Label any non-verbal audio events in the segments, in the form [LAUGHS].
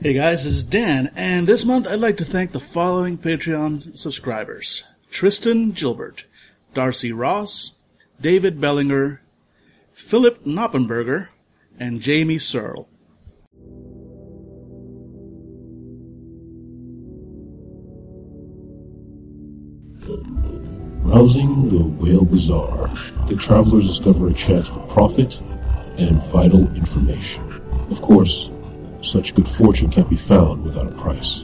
Hey guys, this is Dan, and this month I'd like to thank the following Patreon subscribers Tristan Gilbert, Darcy Ross, David Bellinger, Philip Knoppenberger, and Jamie Searle. Rousing the Whale Bazaar, the travelers discover a chance for profit and vital information. Of course, such good fortune can't be found without a price.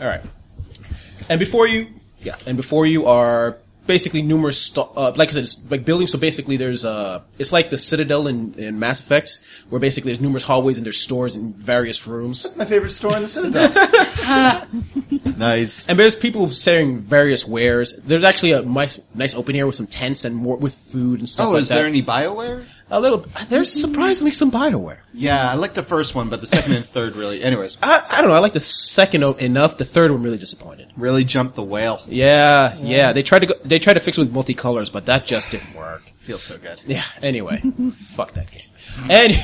All right. And before you, yeah, and before you are basically numerous, st- uh, like I said, it's like buildings. So basically, there's uh, it's like the Citadel in, in Mass Effect, where basically there's numerous hallways and there's stores and various rooms, My favorite store in the Citadel. [LAUGHS] Nice. and there's people selling various wares. There's actually a nice, nice open air with some tents and more with food and stuff Oh, like is that. there any Bioware? a little. There's surprisingly some Bioware. Yeah, I like the first one, but the second and third really. Anyways, I, I don't know. I like the second o- enough. The third one really disappointed. really jumped the whale. Yeah, yeah. They tried to go, they tried to fix it with multicolors, but that just didn't work. Feels so good. Yeah. Anyway, [LAUGHS] fuck that game. And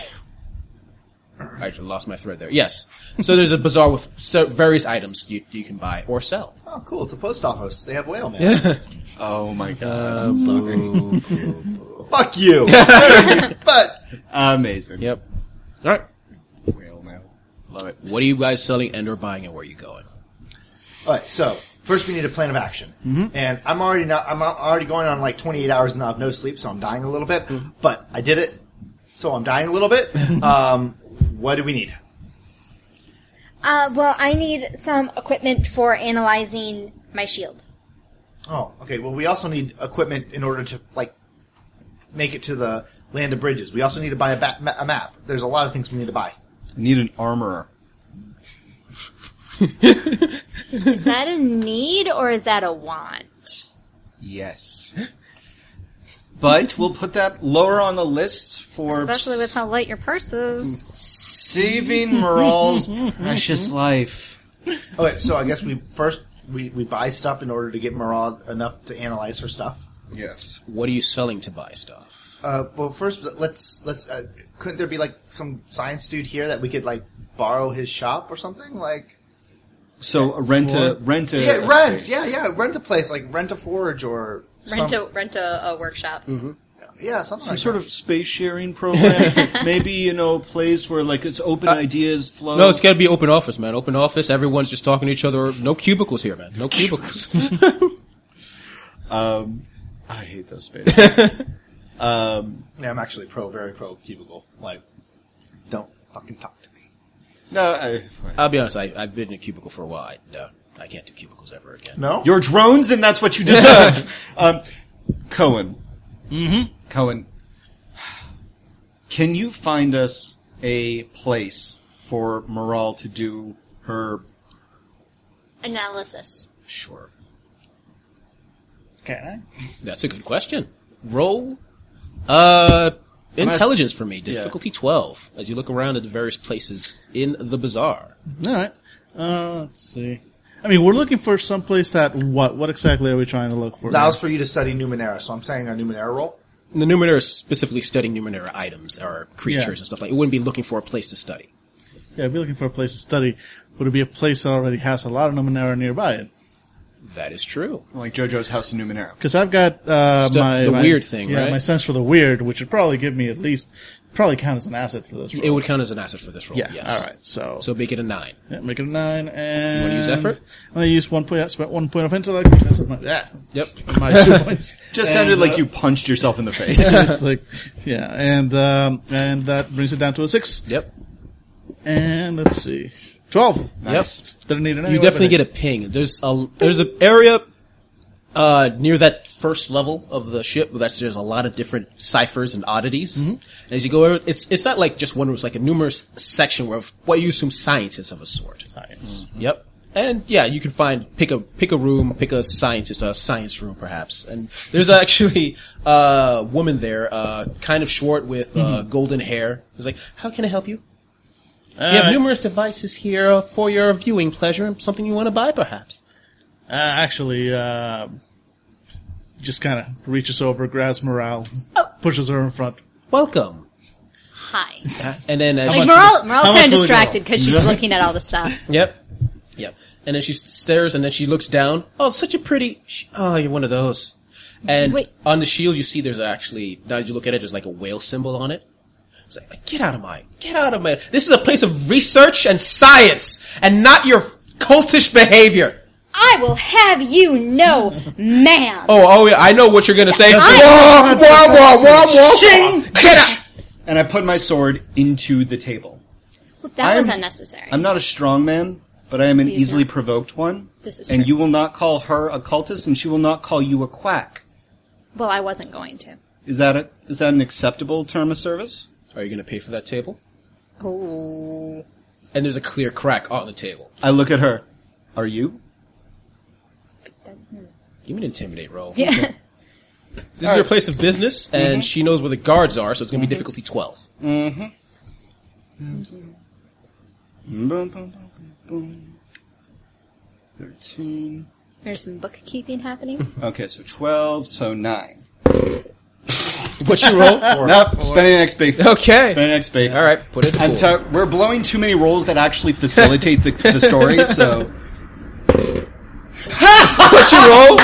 I just lost my thread there. Yes. So there's a bazaar with so various items you you can buy or sell. oh, cool. It's a post office. They have whale mail. Oh my god. I'm sorry. Fuck you. But amazing. Yep. All right. Whale mail. Love it. What are you guys selling and or buying, and where are you going? All right. So first, we need a plan of action. And I'm already not. I'm al- already going on like 28 hours and I have no sleep, so I'm dying a little bit. But I did it, so I'm dying a little bit. um, what do we need? Uh, well, I need some equipment for analyzing my shield. Oh, okay. Well, we also need equipment in order to like make it to the land of bridges. We also need to buy a, ba- ma- a map. There's a lot of things we need to buy. I need an armorer. Is that a need or is that a want? Yes. But we'll put that lower on the list for Especially with how light your purse is. saving [LAUGHS] Moral's precious life. Okay, so I guess we first we, we buy stuff in order to get Marad enough to analyze her stuff. Yes. What are you selling to buy stuff? Uh, well, first let's let's uh, couldn't there be like some science dude here that we could like borrow his shop or something like So rent a rent a yeah a rent space. yeah yeah rent a place like rent a forge or Rent some- a rent a, a workshop. yeah something some like sort that. of space sharing [LAUGHS] program. Maybe you know, a place where like it's Uh, open ideas flow. No, it's got to be open office, man. Open office. Everyone's just talking to each other. No cubicles here, man. No cubicles. [LAUGHS] I hate those spaces. yeah I'm actually pro very pro cubicle like don't fucking talk to me [LAUGHS] no, I, I'll be honest. I, I've been in a cubicle for a while. I, no, I can't do cubicles ever again. no you're drones, and that's [LAUGHS] what you deserve. um, Cohen, mm-hmm. Cohen, can you find us a place for Moral to do her? Analysis. Sure. can I That's a good question. Roll uh intelligence for me. Difficulty twelve. As you look around at the various places in the bazaar. All right. Uh, let's see. I mean, we're looking for someplace that what? What exactly are we trying to look for? allows for you to study Numenera so I'm saying a Numenera roll The Numenera is specifically studying Numenera items or creatures Yeah. and stuff like. It wouldn't be looking for a place to study. yeah, we're looking for a place to study. Would it be a place that already has a lot of Numenera nearby it? That is true. Like JoJo's House in Numenera. Because I've got uh, Stuff- my the my- weird thing, yeah, right? my sense for the weird, which would probably give me at least probably count as an asset for this. Role. It would count as an asset for this roll. yeah. Yes. All right, so, So make it a nine. yeah, make it a nine, and wanna use effort? I'm gonna use one point. I spent one point of intellect. Because of my, [LAUGHS] yeah, Yep. my two points. Just sounded And, like uh, [LAUGHS] you punched yourself in [LAUGHS] the face. it's like, yeah, and um, and that brings it down to a six. Yep. And let's see, twelve. Nice. Didn't need it. You definitely get a ping. There's a there's an area uh, near that first level of the ship. That's there's a lot of different ciphers and oddities. As you go, over, it's it's not like just one room. It's like a numerous section where of what you assume scientists of a sort. science. Yep. And yeah, you can find pick a pick a room, pick a scientist, a science room perhaps. And there's [LAUGHS] actually a woman there, uh, kind of short with uh, golden hair. Who's like, "How can I help you? we have right. numerous devices here for your viewing pleasure. Something you want to buy, perhaps." Uh, actually, uh, just kind of reaches over, grabs morale, pushes her in front. welcome. Hi. And then as Like, she- Morel's kind much of will it go? distracted because she's looking at all the stuff. Yep. Yep. And then she stares and then she looks down. Oh, such a pretty. sh- Oh, you're one of those. And Wait. on the shield, you see there's actually, now you look at it, there's like a whale symbol on it. It's like, get out of my, get out of my, this is a place of research and science and not your cultish behavior. I will have [LAUGHS] you know, ma'am. Oh, oh yeah, I know what you're gonna say. I- Wah, Oh, wah, wah, wah, wah. Get out! And I put my sword into the table. Well, that was I'm- unnecessary. I'm not a strong man, but I am an He's easily not. provoked one. This is and true. you will not call her a cultist, and she will not call you a quack. well, I wasn't going to. Is that a, is that an acceptable term of service? Are you gonna pay for that table? Oh. And there's a clear crack on the table. I look at her. Are you? Give me an intimidate roll. Yeah. This is her place of business, and she knows where the guards are, so it's going to be difficulty 12. Boom, boom, boom, boom, boom. Thirteen. There's some bookkeeping happening. Okay, so twelve. So nine. What's your roll? nope. Spending an XP. [LAUGHS] Spending okay. an XP. All right, put it in the I'm pool. t- we're blowing too many rolls that actually facilitate the, the story. [LAUGHS] So What's your roll?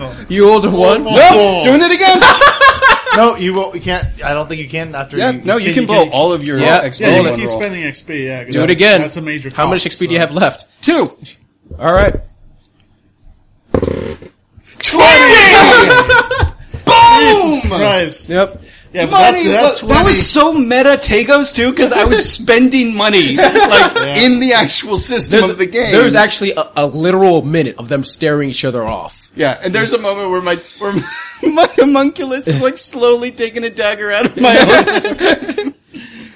One. You rolled a one? no, doing it [LAUGHS] again. No, Oh, you won't. You can't. I don't think you can after. yeah, no, you can blow all of your Yeah. XP. Yeah, in Yeah, Roll you one keep roll. spending XP. Yeah, 'cause Do it that- again. That's a major. How much cost, XP do so- you have left? Two. All right. Jesus Christ. Yep. Yeah, but Money. that, that look, that 20 was so meta Tagos too, because I was spending money like in the actual system There's, of the game. there's actually a, a literal minute of them staring each other off. Yeah, and there's a moment where my where [LAUGHS] my homunculus is like slowly taking a dagger out of my own.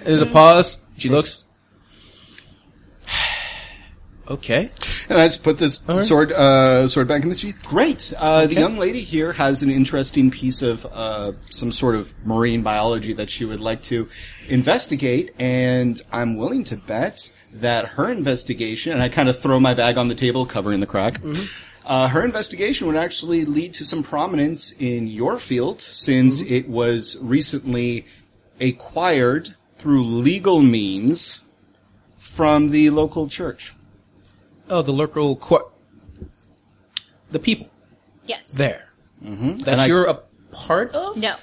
There's a pause. She looks. [SIGHS] Okay. and I just Uh, put this right. sword uh, sword back in the sheath. Great. Uh, The young lady here has an interesting piece of uh, some sort of marine biology that she would like to investigate, and I'm willing to bet that her investigation. And I kind of throw my bag on the table, covering the crack. Uh, her investigation would actually lead to some prominence in your field, since it was recently acquired through legal means from the local church. Oh, the local qu- The people yes. there. Mm-hmm. That And I- you're a part of? No.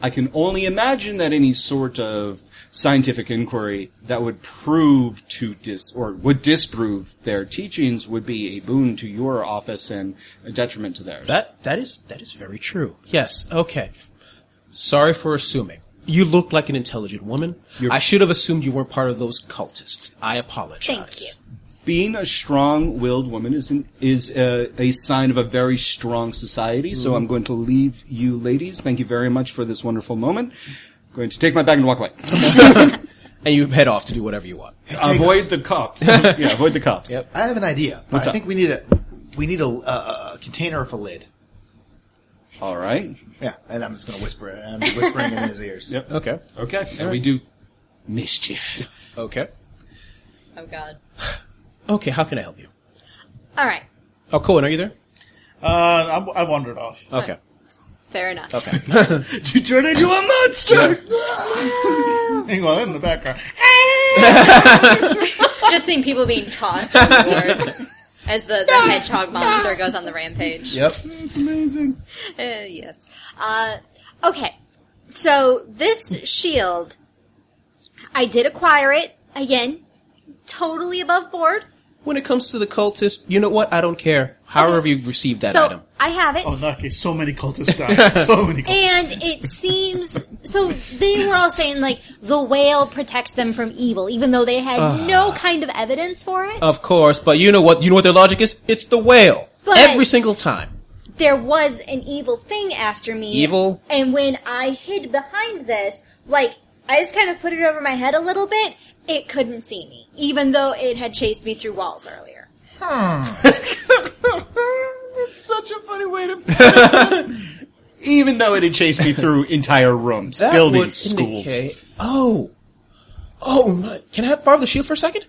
I can only imagine that any sort of scientific inquiry that would prove to dis or would disprove their teachings would be a boon to your office and a detriment to theirs. That that is that is very true. Yes. Okay. Sorry for assuming. You look like an intelligent woman. You're- I should have assumed you weren't part of those cultists. I apologize. Thank you. Being a strong-willed woman is an, is a, a sign of a very strong society. Mm-hmm. So I'm going to leave you, ladies. Thank you very much for this wonderful moment. going to take my bag [LAUGHS] and walk away. And you head off to do whatever you want. avoid the cops. [LAUGHS] yeah, avoid the cops. Yep. I have an idea. But What's I up? think we need a we need a, a, a container with a lid. All right. Yeah, and I'm just gonna whisper it. and I'm whispering in [LAUGHS] his ears. Yep. Okay. Okay. And we do mischief. Okay. Oh, God. Okay. How can I help you? All right. Oh, Cohen, are you there? Uh, I'm, I wandered off. Okay. Fair enough. Okay. [LAUGHS] You turn into a monster. Hang on, in the background. Just seeing people being tossed on the board as the, the hedgehog monster goes on the rampage. yep. Uh, yes. Uh, okay. So this shield, I did acquire it again, totally above board. When it comes to the cultists, you know what? I don't care. However you received that so item. I have it, Oh, in that case, so many cultists died. So many cultists. And it seems so they were all saying like the whale protects them from evil, even though they had no kind of evidence for it. Of course, but you know what? You know what their logic is? It's the whale. But- Every single time. there was an evil thing after me. Evil? And when I hid behind this, like I just kind of put it over my head a little bit, it couldn't see me, even though it had chased me through walls earlier. That's such a funny way to. put it. Even though it had chased me through entire rooms, That would buildings, schools. indicate- Oh. Oh my. Can I have borrow the shield for a second?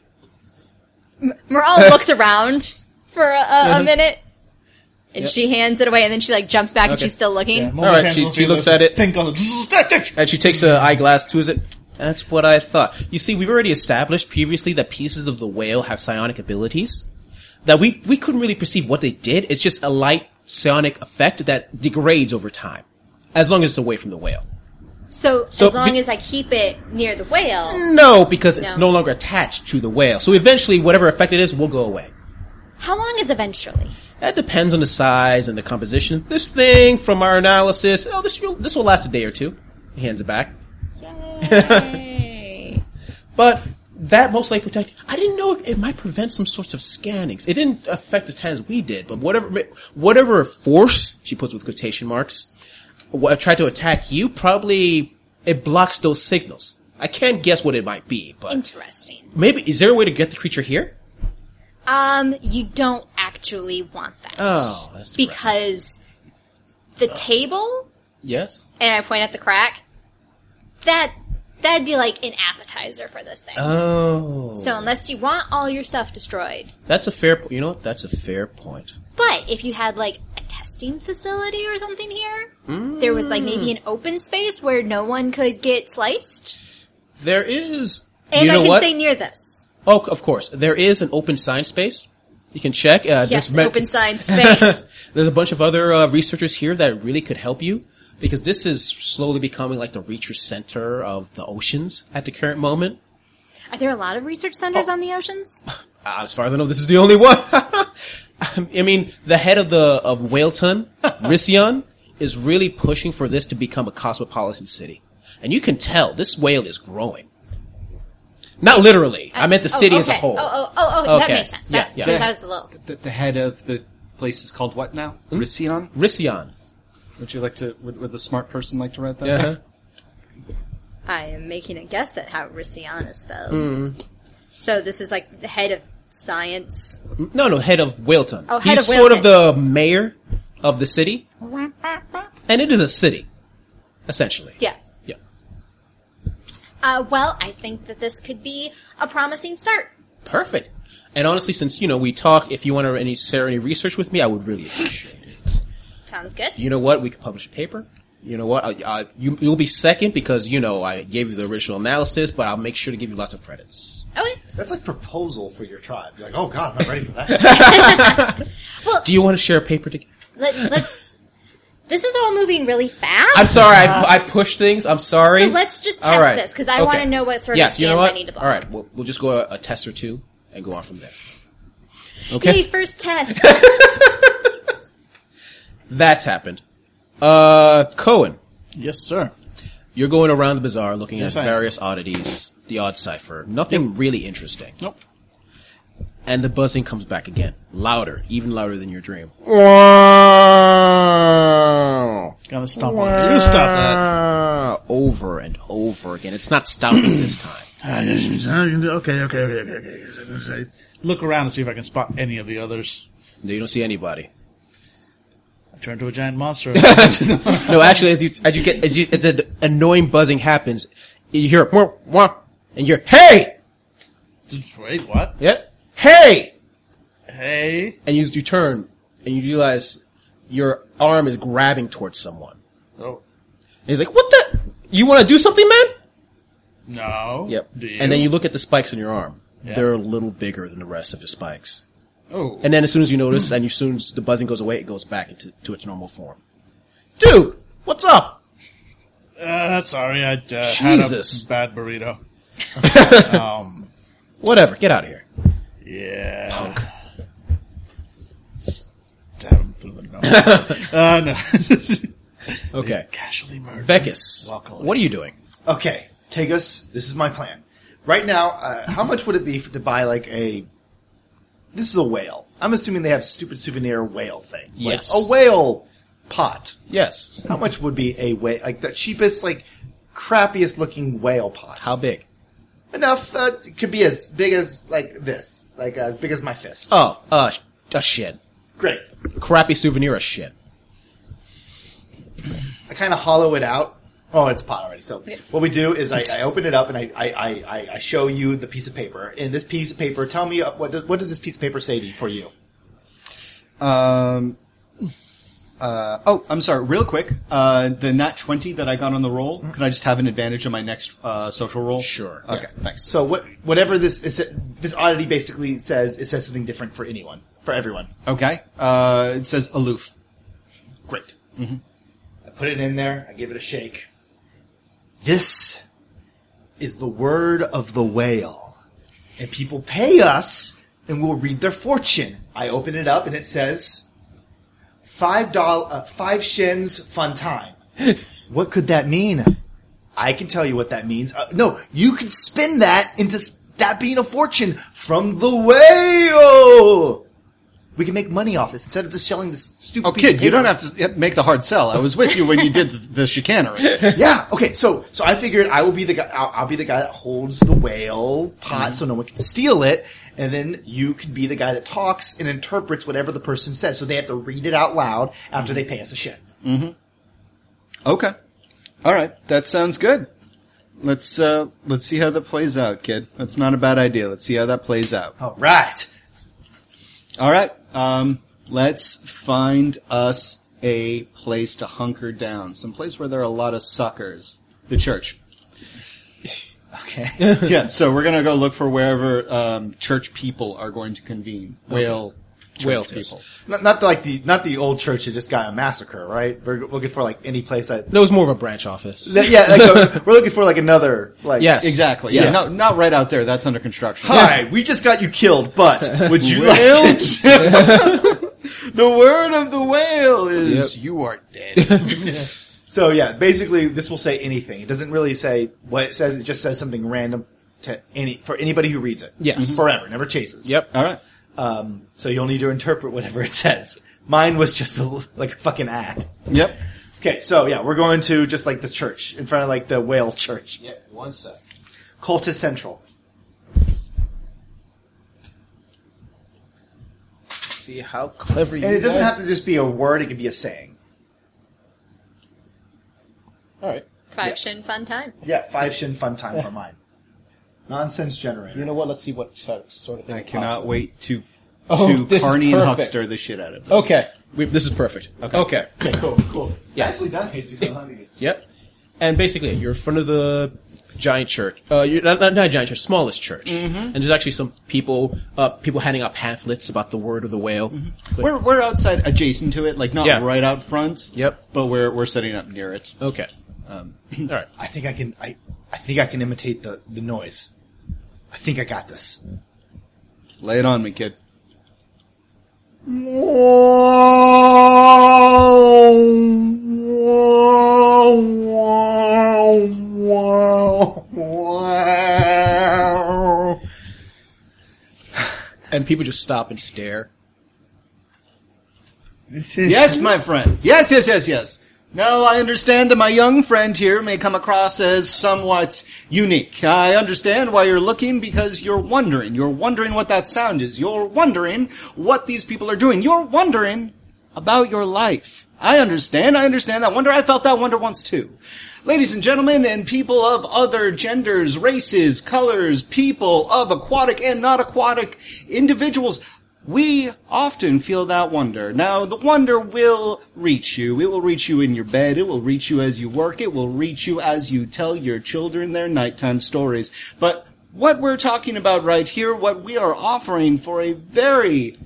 [LAUGHS] Morale looks around for a, a, a minute. And she hands it away, and then she like jumps back, and Okay. she's still looking. All right, she- she looks at it. Think on it. And she takes an eyeglass to it. That's what I thought. You see, we've already established previously that pieces of the whale have psionic abilities. That we we couldn't really perceive what they did. It's just a light psionic effect that degrades over time, as long as it's away from the whale. So, So as long be- as I keep it near the whale, No, because it's No. no longer attached to the whale. So eventually, whatever effect it is will go away. how long [LAUGHS] is eventually? That depends on the size and the composition. This thing, from our analysis, oh, this will, this will last a day or two. He hands it back. Yay. But that most likely protect. I didn't know it, it might prevent some sorts of scannings. It didn't affect the times we did, but whatever whatever force she puts with quotation marks wha- tried to attack you, probably it blocks those signals. I can't guess what it might be, but Interesting. maybe is there a way to get the creature here? Um, you don't actually want that. Oh, that's depressing. because the table, Yes. and I point at the crack. That that'd be like an appetizer for this thing. Oh, so unless you want all your stuff destroyed, that's a fair. po- You know what? That's a fair point. But if you had like a testing facility or something here, there was like Mm. maybe an open space where no one could get sliced. There is. And you I know can what? stay near this. oh, of course. There is an open sign space. You can check. Uh, Yes, this meant- [LAUGHS] open science space. There's a bunch of other uh, researchers here that really could help you because this is slowly becoming like the research center of the oceans at the current moment. Are there a lot of research centers Oh. on the oceans? Uh, as far as I know, this is the only [LAUGHS] one. I mean, the head of the of Whaleton, [LAUGHS] Ricion, is really pushing for this to become a cosmopolitan city, and you can tell this whale is growing. Not literally. I, meant the city oh, as a okay. whole. Oh, oh, oh, oh that Okay. makes sense. That, Yeah, yeah. because I was a little. The, the head of the place is called what now? Ricion? Ricion. Hmm? Would you like to? Would, would the smart person like to write that? Uh-huh. I am making a guess at how Ricion is spelled. So this is like the head of science. No, no, head of Whaleton. Oh, head He's of sort of Whaleton. the mayor of the city. And it is a city, essentially. Yeah. Yeah. Uh, well, I think that this could be a promising start. Perfect. And honestly, since, you know, we talk, if you want to any, share any research with me, I would really appreciate it. Sounds good. You know what? We could publish a paper. You know what? I, I, you, you'll be second because, you know, I gave you the original analysis, but I'll make sure to give you lots of credits. Okay. That's like proposal for your tribe. You're like, oh god, I'm not ready for that. Do you want to share a paper together? Let, let's. This is all moving really fast. I'm sorry, I, I push things. I'm sorry. So let's just test this, 'cause I wanna know what sort of yes, you know scans I what? need to book. All right, we'll, we'll just go a, a test or two and go on from there. Okay, Hey, [LAUGHS] [LAUGHS] first test. that's happened. Uh, Cohen, Yes, sir. you're going around the bazaar looking Yes, I at am. various oddities, the odd cipher, nothing really interesting, Nope. and the buzzing comes back again, louder, even louder than your dream. Gotta stop it. You stop Ah, over and over again. It's not stopping [CLEARS THROAT] this time. that. Okay, okay, okay, okay, okay. Look around and see if I can spot any of the others. No, you don't see anybody. I turn to a giant [LAUGHS] monster. No, actually, as you as you get as you as the annoying buzzing happens, you hear wah, wah, and you're hey, Wait, what? yeah, hey, Hey. and you you turn and you realize your arm is grabbing towards someone. Oh. And he's like, "What the? You want to do something, man?" No. Yep. Do you? And then you look at the spikes on your arm. Yeah. They're a little bigger than the rest of your spikes. Oh. And then as soon as you notice, and as soon as the buzzing goes away, it goes back into to its normal form. Dude, what's up? Uh, sorry, I uh, had a Jesus. bad burrito. Whatever, get out of here. Yeah. Damn, no. [LAUGHS] uh, no. Okay, Casually murdered. Vekas, Walk away. what are you doing? okay, take us. This is my plan. Right now, uh, how much would it be for, to buy like a? This is a whale. I'm assuming they have stupid souvenir whale things. Like, Yes. a whale pot. Yes. How much would be a whale? Like the cheapest, like crappiest looking whale pot. How big? Enough. Uh, it could be as big as like this. Like uh, as big as my fist. Oh, uh, sh- a shed. Great. Crappy souvenir, a shed. I kind of hollow it out. Oh, it's pot already. So what we do is I, I open it up and I, I, I, I- I show you the piece of paper. And this piece of paper, tell me uh, what does, what does this piece of paper say to you, for you? Um, Uh, oh, I'm sorry. Real quick, uh, the nat twenty that I got on the roll. Can I just have an advantage on my next uh, social roll? Sure. Okay. Thanks. So what, whatever this it's, this oddity basically says, it says something different for anyone, for everyone. okay. Uh, it says aloof. Great. I put it in there. I give it a shake. This is the word of the whale, and people pay us, and we'll read their fortune. I open it up, and it says five dollar, uh, five shins, fun [LAUGHS] time. what could that mean? I can tell you what that means. Uh, no, you can spin that into s- that being a fortune from the whale. We can make money off this instead of just selling this stupid. Oh, kid, you don't have to s- make the hard sell. I was with you when you did the, the chicanery. yeah. Okay. So so I figured I will be the guy. I'll, I'll be the guy that holds the whale pot so no one can steal it, and then you could be the guy that talks and interprets whatever the person says. So they have to read it out loud after they pay us a shit. [LAUGHS] Okay. All right. That sounds good. Let's uh, let's see how that plays out, kid. That's not a bad idea. Let's see how that plays out. All right. All right. Um, let's find us a place to hunker down. Some place where there are a lot of suckers. The church. Okay. [LAUGHS] yeah. So we're gonna go look for wherever um, church people are going to convene. Whale. Church Whale people. not, not the, like the not the old church that just got a massacre, right? We're looking for like any place that. That was more of a branch office. that- yeah, like a- we're looking for like another like. Yes. Exactly. Yeah. No, not right out there. That's under construction. Hi, we just got you killed, but would you like Well, to The word of the whale is you are dead. So yeah, basically this will say anything. It doesn't really say what it says. It just says something random to any for anybody who reads it. Yes. Mhm. forever, never chases. Yep. All right. Um, so you'll need to interpret whatever it says. Mine was just a, l- like a fucking ad. Yep. Okay, so yeah, we're going to just like the church in front of like the whale church, Yeah, one sec. Cultus Central. See how clever you And it doesn't are. have to just be a word; it could be a saying. All right. Five Shin Fun Time. Yeah, five shin fun time for mine. Nonsense generator. You know what? Let's see what sort of- sort of thing. I it cannot pops. wait to Oh, to this is Carney and perfect. Huckster the shit out of this. Okay. We, this is perfect. Okay. Okay. Okay, cool, cool. Yeah. Nicely done, Jesus. I'm happy. Yep. And basically, you're in front of the giant church. Uh, you're not, not, not giant church, smallest church. Mm-hmm. And there's actually some people, uh, people handing out pamphlets about the word of the whale. Mm-hmm. It's like- We're we're outside, adjacent to it, like not Yeah. right out front. Yep. But we're we're setting up near it. okay. Um, [CLEARS THROAT] all right. I think I can. I, I think I can imitate the the noise. I think I got this. Lay it on me, kid. [LAUGHS] And people just stop and stare. Yes, my friend. Yes, yes, yes, yes. Now I understand that my young friend here may come across as somewhat unique. I understand why you're looking because you're wondering. You're wondering what that sound is. You're wondering what these people are doing. You're wondering about your life. I understand. I understand that wonder. I felt that wonder once too. Ladies and gentlemen, and people of other genders, races, colors, people of aquatic and not aquatic individuals, we often feel that wonder. Now, the wonder will reach you. It will reach you in your bed. It will reach you as you work. It will reach you as you tell your children their nighttime stories. But what we're talking about right here, what we are offering for a very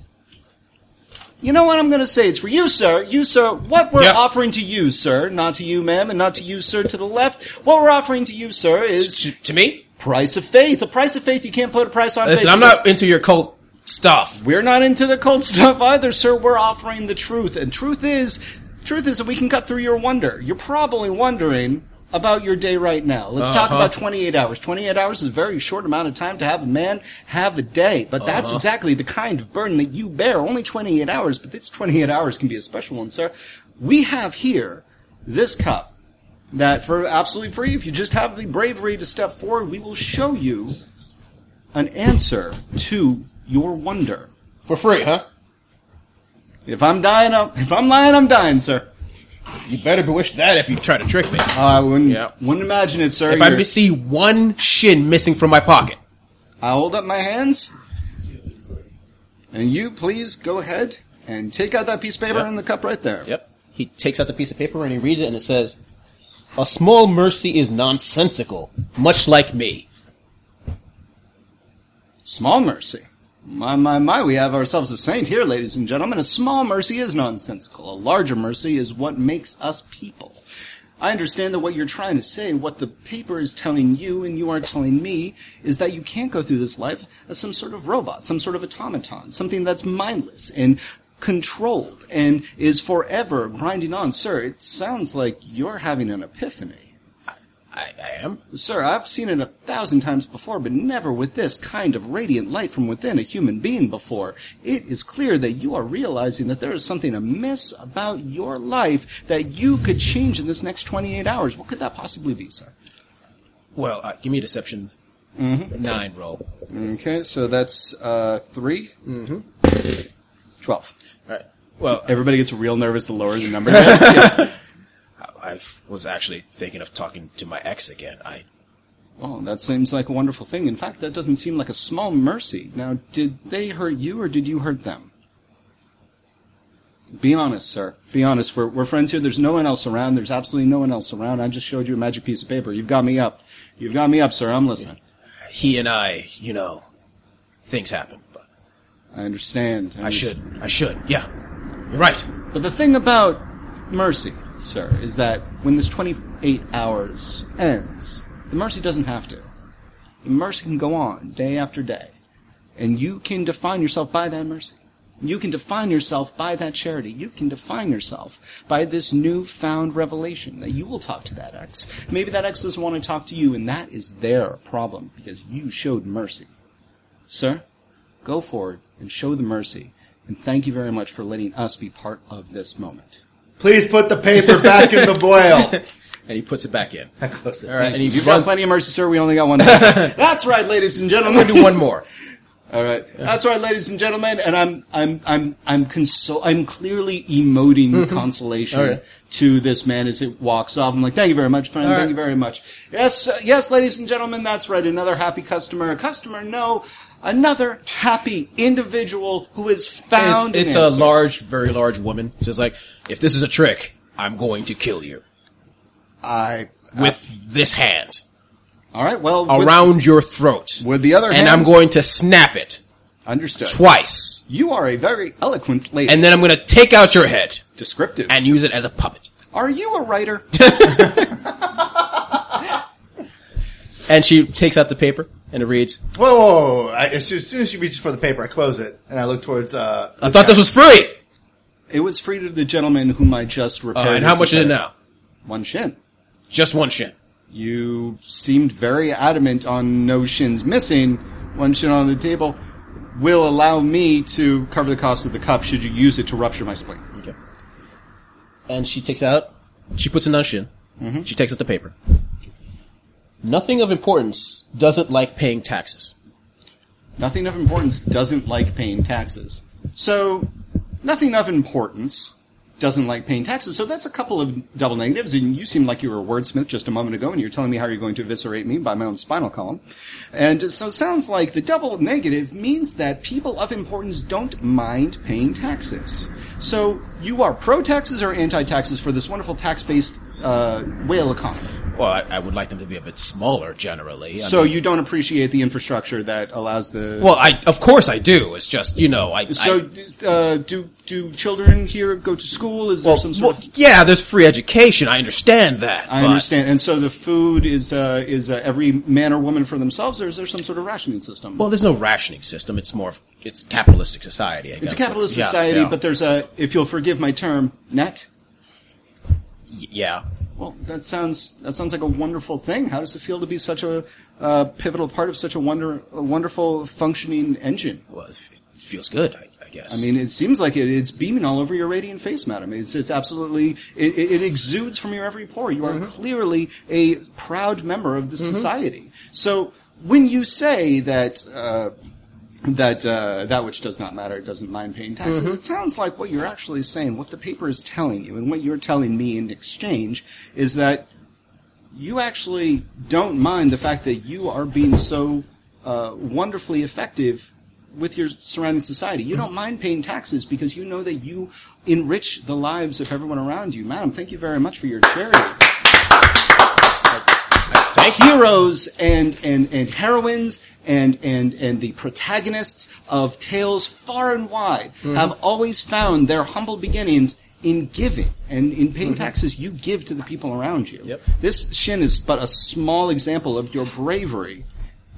you know what I'm going to say? It's for you, sir. You, sir. What we're Yep. offering to you, sir, not to you, ma'am, and not to you, sir, to the left. What we're offering to you, sir, is To, to me? price of faith. A price of faith. You can't put a price on. Listen, faith I'm not into your cult stuff. we're not into the cold [LAUGHS] stuff either, sir. We're offering the truth. And truth is, truth is that we can cut through your wonder. You're probably wondering about your day right now. Let's talk Uh-huh. about 28 hours. 28 hours is a very short amount of time to have a man have a day, but that's exactly the kind of burden that you bear. Only 28 hours, but this 28 hours can be a special one, sir. We have here this cup that for absolutely free, if you just have the bravery to step forward, we will show you an answer to your wonder. For free, huh? If I'm dying, I'm, if I'm lying, I'm dying, sir. Oh, You better bewitch that if you try to trick me. I wouldn't, Yeah. wouldn't imagine it, sir. if I You're- miss- see one shin missing from my pocket. I hold up my hands, and you please go ahead and take out that piece of paper Yep. in the cup right there. Yep. He takes out the piece of paper and he reads it, and it says, "A small mercy is nonsensical, much like me." Small mercy. My, my, my, we have ourselves a saint here, ladies and gentlemen. A small mercy is nonsensical. A larger mercy is what makes us people. I understand that what you're trying to say, what the paper is telling you and you are telling me, is that you can't go through this life as some sort of robot, some sort of automaton, something that's mindless and controlled and is forever grinding on. Sir, it sounds like you're having an epiphany. I, I am. Sir, I've seen it a thousand times before, but never with this kind of radiant light from within a human being before. It is clear that you are realizing that there is something amiss about your life that you could change in this next 28 hours. What could that possibly be, sir? Well, uh, give me a deception Mm-hmm. nine roll. Okay, so that's uh, 3 Mm-hmm. 12. All right. Well, Everybody gets real nervous the lower the number [LAUGHS] gets. Yeah. I was actually thinking of talking to my ex again. I Well, Oh, that seems like a wonderful thing. In fact, that doesn't seem like a small mercy. Now, did they hurt you or did you hurt them? Be honest, sir. Be honest. We're, we're friends here. There's no one else around. There's absolutely no one else around. I just showed you a magic piece of paper. You've got me up. You've got me up, sir. I'm listening. he and I, you know, things happen. But I understand. I should. I should. Yeah. You're right. But the thing about mercy, sir, is that when this 28 hours ends, the mercy doesn't have to. The mercy can go on day after day. And you can define yourself by that mercy. You can define yourself by that charity. You can define yourself by this newfound revelation that you will talk to that ex. Maybe that ex doesn't want to talk to you, and that is their problem because you showed mercy. Sir, go forward and show the mercy. And thank you very much for letting us be part of this moment. Please put the paper back in the boil. [LAUGHS] And he puts it back [LAUGHS] in. All Close it. right. And he You've got runs. plenty of mercy, sir. We only got one. [LAUGHS] That's right, ladies and gentlemen. Do one more. [LAUGHS] All right. That's right, ladies and gentlemen. And I'm I'm I'm I'm consol- I'm clearly emoting consolation All right. to this man as it walks off. I'm like, thank you very much, friend. All thank right. you very much. Yes, uh, yes, ladies and gentlemen. That's right. Another happy customer. A customer. No. Another happy individual who has It's, found. it's an a answer. large, very large woman. She's like, if this is a trick, I'm going to kill you I. with this hand All right. Well. with- around your throat. With the other and hand- I'm going to snap it Understood. twice, You are a very eloquent lady. and then I'm going to take out your head descriptive. and use it as a puppet. are you a [LAUGHS] writer? And she takes out the paper and it reads, Whoa! whoa, whoa. I, as, soon, as soon as she reaches for the paper, I close it and I look towards. Uh, "I thought this was free." It was free to the gentleman whom I just repaired. Uh, and how his much is it entire- now? One shin. Just one shin. You seemed very adamant on no shins missing. One shin on the table will allow me to cover the cost of the cup should you use it to rupture my spleen. Okay. And she takes out. She puts it on shin. She takes out the paper. Nothing of importance doesn't like paying taxes. Nothing of importance doesn't like paying taxes. So, nothing of importance doesn't like paying taxes. So that's a couple of double negatives. And you seemed like you were a wordsmith just a moment ago, and you're telling me how you're going to eviscerate me by my own spinal column. And so it sounds like the double negative means that people of importance don't mind paying taxes. So you are pro taxes or anti taxes for this wonderful tax based uh, whale economy. Well, I, I would like them to be a bit smaller, generally. I So mean- you don't appreciate the infrastructure that allows the well, I of course I do. It's just you know, I. I- So, uh, do do children here go to school? Is there well, some sort well, of? yeah, there's free education. I understand that. I but- understand. And so the food is uh, is uh, every man or woman for themselves, or is there some sort of rationing system? Well, there's no rationing system. It's more. Of, it's capitalistic society. I it's guess. a capitalist Yeah, society, yeah. but there's a if you'll forgive my term, net. Y- yeah. Well, that sounds that sounds like a wonderful thing. How does it feel to be such a uh, pivotal part of such a wonder a wonderful functioning engine? Well, it feels good. I, I guess. I mean, it seems like it, it's beaming all over your radiant face, madam. It's, it's absolutely, it, it it exudes from your every pore. You are clearly a proud member of the society. So when you say that, uh, that uh, that which does not matter doesn't mind paying taxes. It sounds like what you're actually saying, what the paper is telling you, and what you're telling me in exchange is that you actually don't mind the fact that you are being so uh, wonderfully effective with your surrounding society. You don't mind paying taxes because you know that you enrich the lives of everyone around you. Madam, thank you very much for your charity. Thank heroes and, and, and heroines and, and, and the protagonists of tales far and wide have always found their humble beginnings in giving and in paying taxes you give to the people around you. Yep. This shin is but a small example of your bravery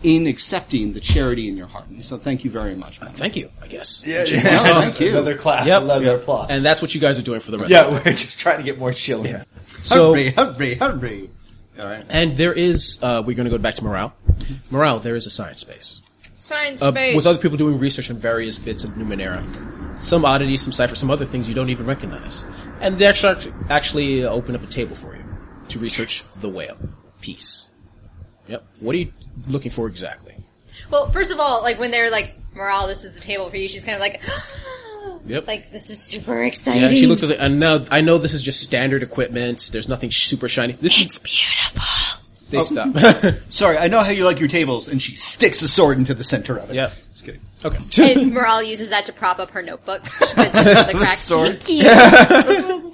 in accepting the charity in your heart. And so thank you very much. madam. Thank you, I guess. Yeah, thank you. Another clap. Yep. I love your applause. And that's what you guys are doing for the rest yeah, [LAUGHS] of we're just trying to get more shillings. [LAUGHS] So, hurry, hurry, hurry. All right. and there is, uh, we're going to go back to morale. Morale, there is a science base. Science Uh, space. with other people doing research on various bits of Numenera. Some oddities, some ciphers, some other things you don't even recognize. And they actually, actually uh, open up a table for you to research the whale. Peace. Yep. What are you looking for exactly? well, first of all, like when they're like, morale, this is the table for you. She's kind of like, [GASPS] Yep. like this is super exciting. yeah, she looks at it, and now I know this is just standard equipment. There's nothing super shiny. This [LAUGHS] It's beautiful. they stop. Sorry, I know how you like your tables, and she sticks a sword into the center of it. Yep. Just kidding. [LAUGHS] okay. [LAUGHS] And Morale uses that to prop up her notebook. She puts it under the crack. sword. Thank you.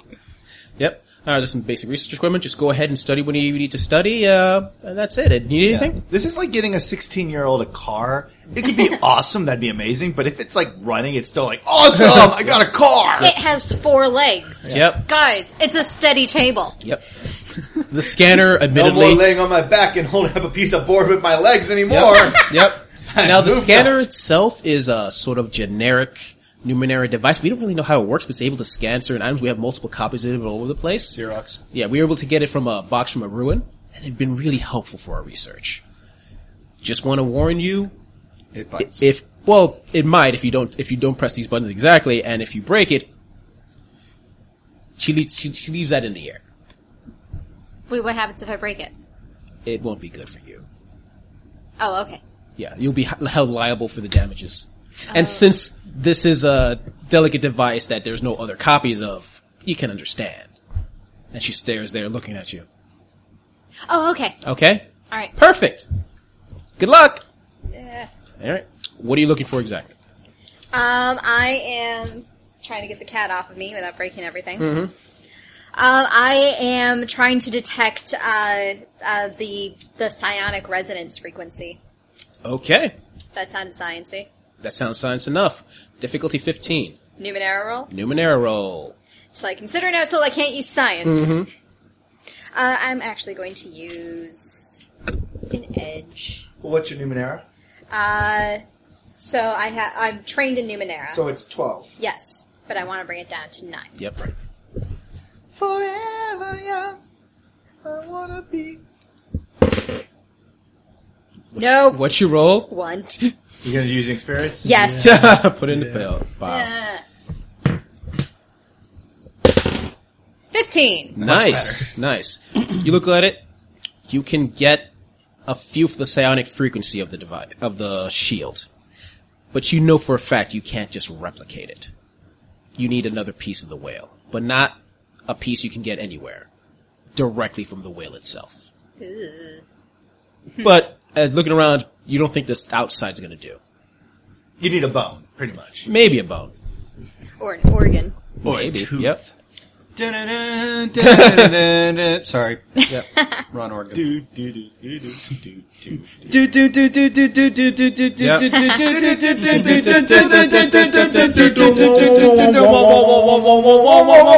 Yep. All right, there's some basic research equipment. Just go ahead and study what you need to study, uh, and that's it. And Need anything? This is like getting a 16 year old a car. [LAUGHS] It could be awesome. That'd be amazing. But if it's like running, it's still like awesome. I got a [LAUGHS] car. It has four legs. Yep. Guys, it's a steady table. Yep. the scanner, [LAUGHS] No more admittedly. laying on my back and holding up a piece of board with my legs anymore. Yep. [LAUGHS] [LAUGHS] yep. Now the Move scanner now. itself is a sort of generic Numenera device. We don't really know how it works, but it's able to scan certain items. We have multiple copies of it all over the place. Xerox. Yeah, we were able to get it from a box from a ruin, and it's been really helpful for our research. Just want to warn you, It bites. if well, it might if you don't if you don't press these buttons exactly, and if you break it, she leaves she, she leaves that in the air. Wait, what happens if I break it? It won't be good for you. Oh, okay. Yeah, you'll be h- held liable for the damages. Oh. And since this is a delicate device that there's no other copies of, you can understand. And she stares there looking at you. Oh, okay. Okay? All right. Perfect. Good luck. All right. What are you looking for exactly? Um, I am trying to get the cat off of me without breaking everything. Um, Mm-hmm. I am trying to detect uh, uh, the the psionic resonance frequency. Okay. That sounded sciency. That sounds science enough. Difficulty 15. Numenera roll. Numenera roll. So I consider now so I can't use science. Uh, I'm actually going to use an edge. [LAUGHS] What's your Numenera? Uh, so I ha- I'm trained in Numenera. So it's 12. yes, but I want to bring it down to nine. Yep. Right. Forever young. I wanna be. No What you roll? [LAUGHS] one. You gonna use experience? Yes. Put in the pail. Wow. Fifteen. Nice, nice. You look at it. You can get a few for the psionic frequency of the device of the shield, but you know for a fact you can't just replicate it. You need another piece of the whale, but not a piece you can get anywhere directly from the whale itself. But uh, looking around, you don't think this outside's going to do. You need a bone, pretty much. Maybe a bone. Or an organ. Maybe. Yep. Dun-dun-dun, dun-dun-dun-dun. [LAUGHS] Sorry. Yep. Ron Organ. Do do do do do do do do do do do do do do do Yep. do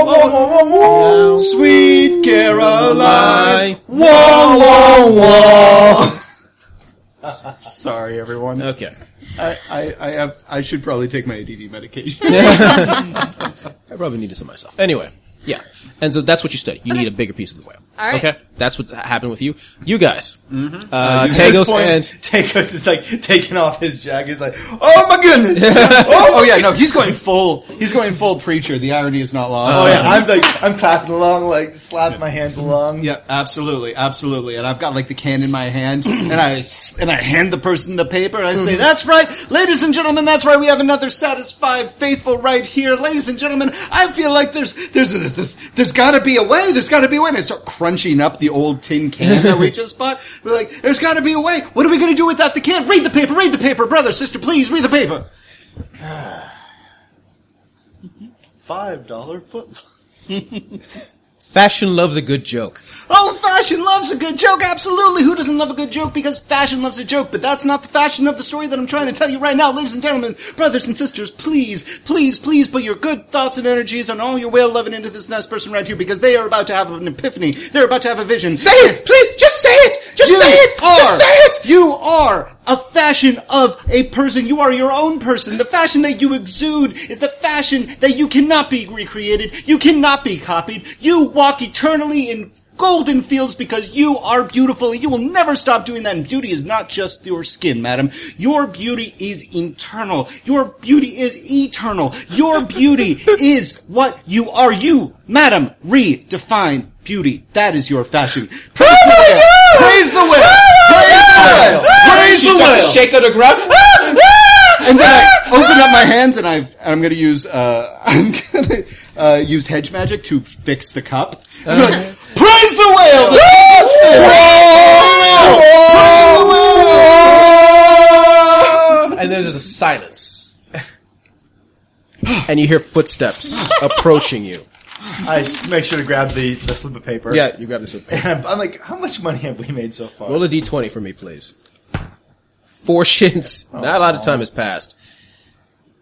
do. Sweet Caroline. Wah, wah, wah. Sorry, everyone. Okay. I, I, I have. I should probably take my ADD [LAUGHS] medication. I probably needed some myself. Anyway, yeah. And so that's what you study. You need a bigger piece of the whale. All right. Okay. That's what happened with you. You guys. Mm-hmm. Uh, Tagos and. Tagos is like taking off his jacket. He's like, oh [LAUGHS] my goodness! oh, oh yeah, no, he's going full. He's going full preacher. The irony is not lost. Oh yeah, I'm [LAUGHS] like, I'm clapping along, like slapping my hands along. Yeah, absolutely, absolutely. And I've got like the can in my hand, [CLEARS THROAT] and I and I hand the person the paper, and I say, "That's right, ladies and gentlemen. That's right. We have another satisfied faithful right here, ladies and gentlemen. I feel like there's there's a, there's, there's gotta be a way, there's gotta be a way. And I start crunching up the old tin can that we just bought. We're like, there's gotta be a way. What are we gonna do without the can? Read the paper, read the paper, brother, sister, please, read the paper. Five dollar foot. Fashion loves a good joke. Oh, fashion loves a good joke, absolutely. Who doesn't love a good joke? Because fashion loves a joke, but that's not the fashion of the story that I'm trying to tell you right now, ladies and gentlemen, brothers and sisters. Please, please, please put your good thoughts and energies and all your well loving into this next person right here, because they are about to have an epiphany. They're about to have a vision. Say it, please. Just say it. Just say it! Just say it. You are a fashion of a person. You are your own person. The fashion that you exude is the fashion that you cannot be recreated. You cannot be copied. You walk eternally in golden fields because you are beautiful and you will never stop doing that. And beauty is not just your skin, madam. Your beauty is internal. Your beauty is eternal. [LAUGHS] Your beauty is what you are. You, madam, redefine beauty. That is your fashion. Praise Oh the whale! Praise the whale! Praise the whale! Praise She the starts to whale! shake on the ground. Ah! Ah! And then I open up my hands and I've, I'm gonna use, uh, [LAUGHS] I'm gonna, uh, use hedge magic to fix the cup. I'm like, Praise the whale! The cup is fixed!" And then there's a silence. and you hear footsteps approaching you. I s- make sure to grab the, the slip of paper. Yeah, you grab this. up. And I'm, I'm like, how much money have we made so far? Roll a d20 for me, please. Four shins. Not a lot of time has passed.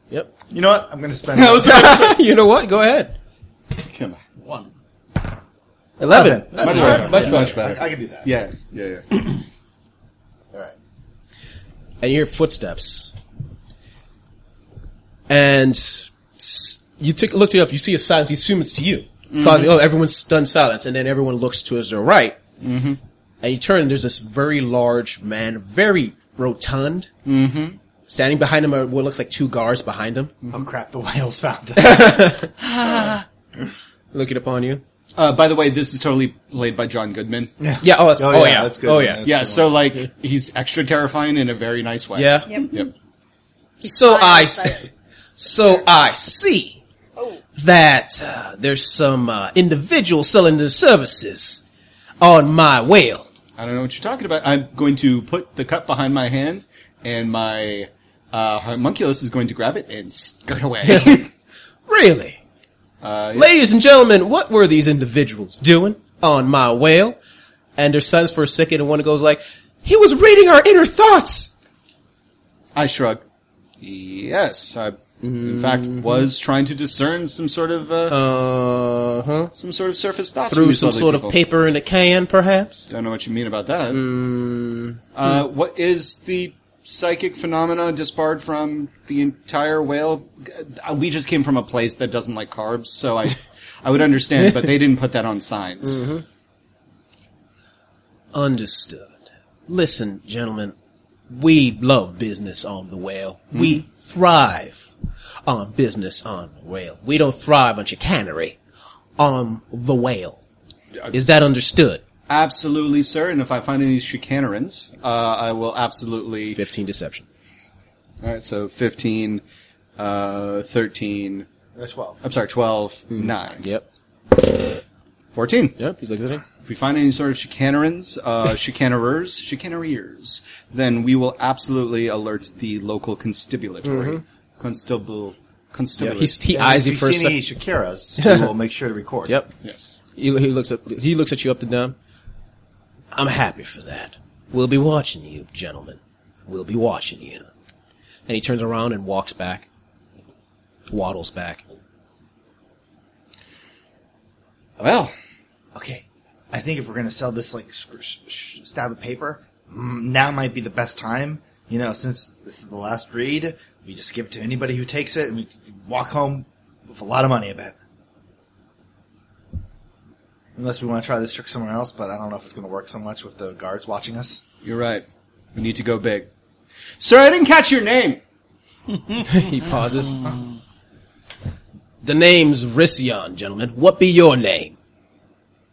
Yep. you know what? I'm going to spend. [LAUGHS] you know what? Go ahead. Come on. Eleven. That's Much all right. better. Much Much I, better. I can do that. Yeah, yeah, yeah. All right. And you hear footsteps. And s- you take a look to your left. You see a silence. You assume it's you, causing oh everyone's stunned silence. And then everyone looks to his right. Mm-hmm. And you turn. And there's this very large man, very rotund, mm-hmm. standing behind him are what looks like two guards behind him, Oh crap! The whales found it. looking upon you. Uh, by the way, this is totally played by John Goodman. Yeah, [LAUGHS] Yeah. Oh, that's, oh, yeah. that's good. Oh yeah. Yeah. so like, he's extra terrifying in a very nice way. Yeah. Yep. So I, smiles, s- so I see that uh, there's some uh, individual selling their services on my whale. I don't know what you're talking about. I'm going to put the cup behind my hand, and my uh, homunculus is going to grab it and [LAUGHS] skirt away. Really, uh, ladies and gentlemen, what were these individuals doing on my whale? And there's silence for a second, and one goes like, "He was reading our inner thoughts." I shrug. Yes, I in fact was trying to discern some sort of uh, Mm-hmm. Uh huh. some sort of surface thoughts from Through these some lovely sort people. of paper in a can, perhaps. Don't know what you mean about that. Mm-hmm. Uh, what is the psychic phenomena disbarred from the entire whale? Uh, We just came from a place that doesn't like carbs, [LAUGHS] so I, I would understand, but they didn't put that on signs. Mm-hmm. Understood. Listen, gentlemen, we love business on the whale. We thrive on business on the whale. We don't thrive on chicanery on the whale. Is that understood? Absolutely, sir. And if I find any chicanerins, uh, I will absolutely. 15 deception. All right, so fifteen, uh, thirteen. They're Twelve. I'm sorry, 12, 9, Mm-hmm. Yep. 14. Yep. He's like, If we find any sort of chicanerins, [LAUGHS] uh, chicanerers, chicaneers, then we will absolutely alert the local constabulary. Constable, yeah, constable. he's, he Mm-hmm. And eyes you if we for a see any second. [LAUGHS] Shakiras, we will make sure to record. Yep. yes. He, he looks at he looks at you up and down. I'm happy for that. We'll be watching you, gentlemen. We'll be watching you. And he turns around and walks back, waddles back. Well, Okay. I think if we're going to sell this like sc- sh- sh- stab of paper, mm, now might be the best time. You know, since this is the last read, we just give it to anybody who takes it, and we walk home with a lot of money. I bet. Unless we want to try this trick somewhere else, but I don't know if it's going to work so much with the guards watching us. you're right. We need to go big. Sir, I didn't catch your name. [LAUGHS] He pauses. the name's Rission, gentlemen. What be your name?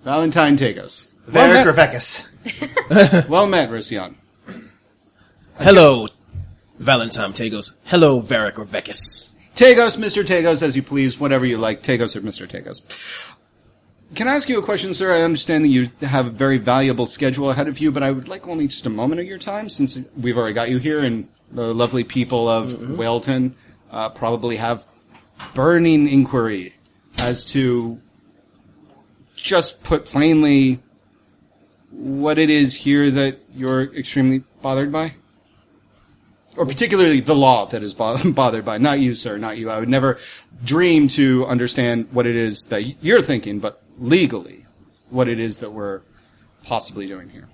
Valentine Tagos. Well Varric met, or Vekas? well met, Rosyan. Hello, Valentine Tagos. Hello, Varric or Vekis. Tagos, Mr. Tagos, as you please, whatever you like. Tagos or Mr. Tagos. Can I ask you a question, sir? I understand that you have a very valuable schedule ahead of you, but I would like only just a moment of your time since we've already got you here and the lovely people of Whaleton uh, probably have burning inquiry as to just put plainly what it is here that you're extremely bothered by? Or particularly the law that is bo- [LAUGHS] bothered by. Not you, sir, not you. I would never dream to understand what it is that you're thinking, but legally, what it is that we're possibly doing here.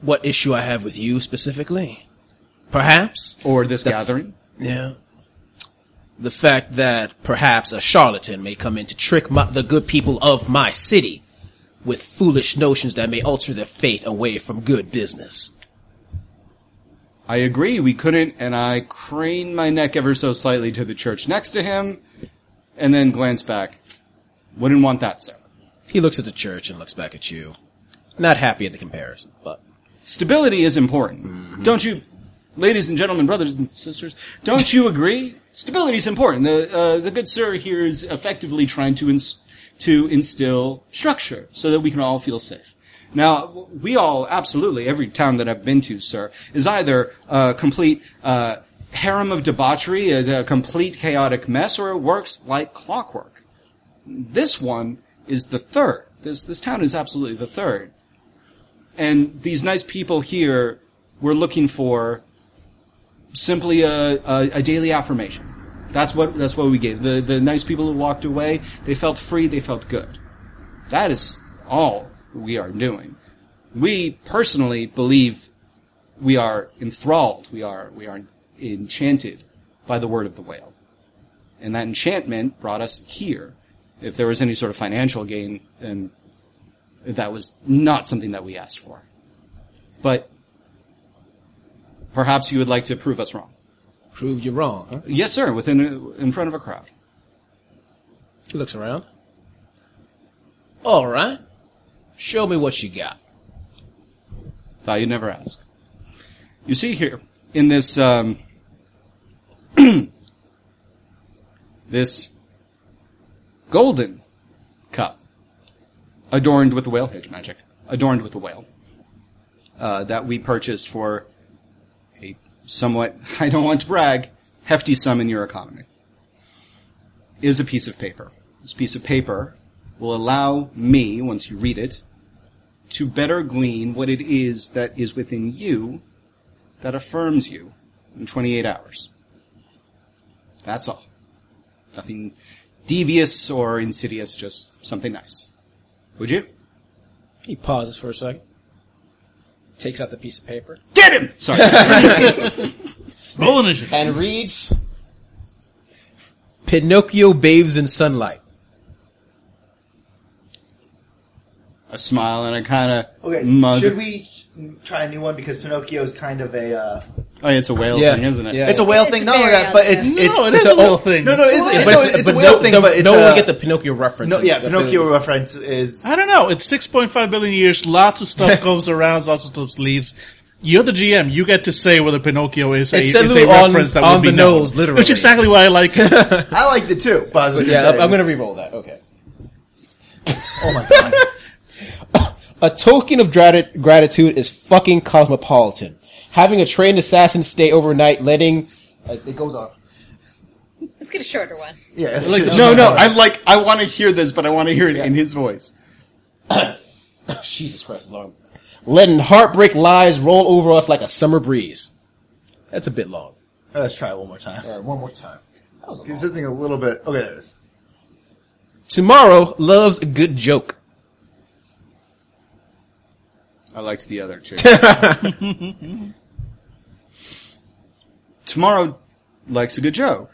What issue I have with you specifically? Perhaps. Or this The f- gathering. Yeah. The fact that perhaps a charlatan may come in to trick my, the good people of my city with foolish notions that may alter their fate away from good business. I agree, we couldn't, and I crane my neck ever so slightly to the church next to him, and then glance back. Wouldn't want that, sir. He looks at the church and looks back at you. Not happy at the comparison, but stability is important. Don't you, ladies and gentlemen, brothers and sisters, don't you agree? Stability is important. The uh, the good sir here is effectively trying to ins- to instill structure so that we can all feel safe. Now, w- we all absolutely every town that I've been to, sir, is either a complete uh, harem of debauchery, a, a complete chaotic mess, or it works like clockwork. This one is the third. This this town is absolutely the third and these nice people here were looking for simply a, a, a daily affirmation. That's what that's what we gave the the nice people who walked away. They felt free. They felt good. That is all we are doing. We personally believe we are enthralled. We are we are enchanted by the word of the whale, and that enchantment brought us here. If there was any sort of financial gain, then that was not something that we asked for. But perhaps you would like to prove us wrong. prove you wrong. Huh? Yes, sir, within a, in front of a crowd. He looks around. All right. Show me what you got. Thought you'd never ask. You see here in this um, [CLEARS THROAT] this golden cup adorned with whale hitch magic, adorned with a whale uh, that we purchased for a somewhat [LAUGHS] I don't want to brag hefty sum in your economy is a piece of paper. This piece of paper will allow me once you read it to better glean what it is that is within you that affirms you in 28 hours. That's all. Nothing devious or insidious, just something nice. Would you? He pauses for a second. Takes out the piece of paper. Get him! [LAUGHS] Sorry. Roll initiative. and reads Pinocchio bathes in sunlight. a smile and a kind of Okay, should we try a new one because Pinocchio is kind of a uh, Oh, yeah, it's a whale Yeah, thing, isn't it? yeah. It's it's a whale thing, not like that, but it's No, it's, it it's is a whale old- thing. No, no, it's, It's it's, a- no, it's, a whale thing, no, but it's no uh, one will get the Pinocchio reference. no, yeah, The- Pinocchio reference is I don't know. It's 6.5 billion years. Lots of [LAUGHS] stuff comes around. Lots of stuff leaves. You're the GM. You get to say whether Pinocchio is a, It's is a a little on- reference that on would be the known, nose, literally. Which is exactly why I like it. [LAUGHS] I like the two, but I was just Yeah, gonna I'm, say, I'm gonna re-roll that. Okay. oh my [LAUGHS] god, A token of grati- gratitude is fucking cosmopolitan. Having a trained assassin stay overnight, letting uh, it goes on. Let's get a shorter one. yeah, that's good. no, oh, no, I'm like, I want to hear this, but I want to hear it in his voice. Jesus Christ, long. Letting heartbreak lies roll over us like a summer breeze. That's a bit long. Uh, let's try it one more time. All right, one more time. That was a Give long. something a little bit. Okay, there it is. Tomorrow loves a good joke. I liked the other two. Tomorrow likes a good joke.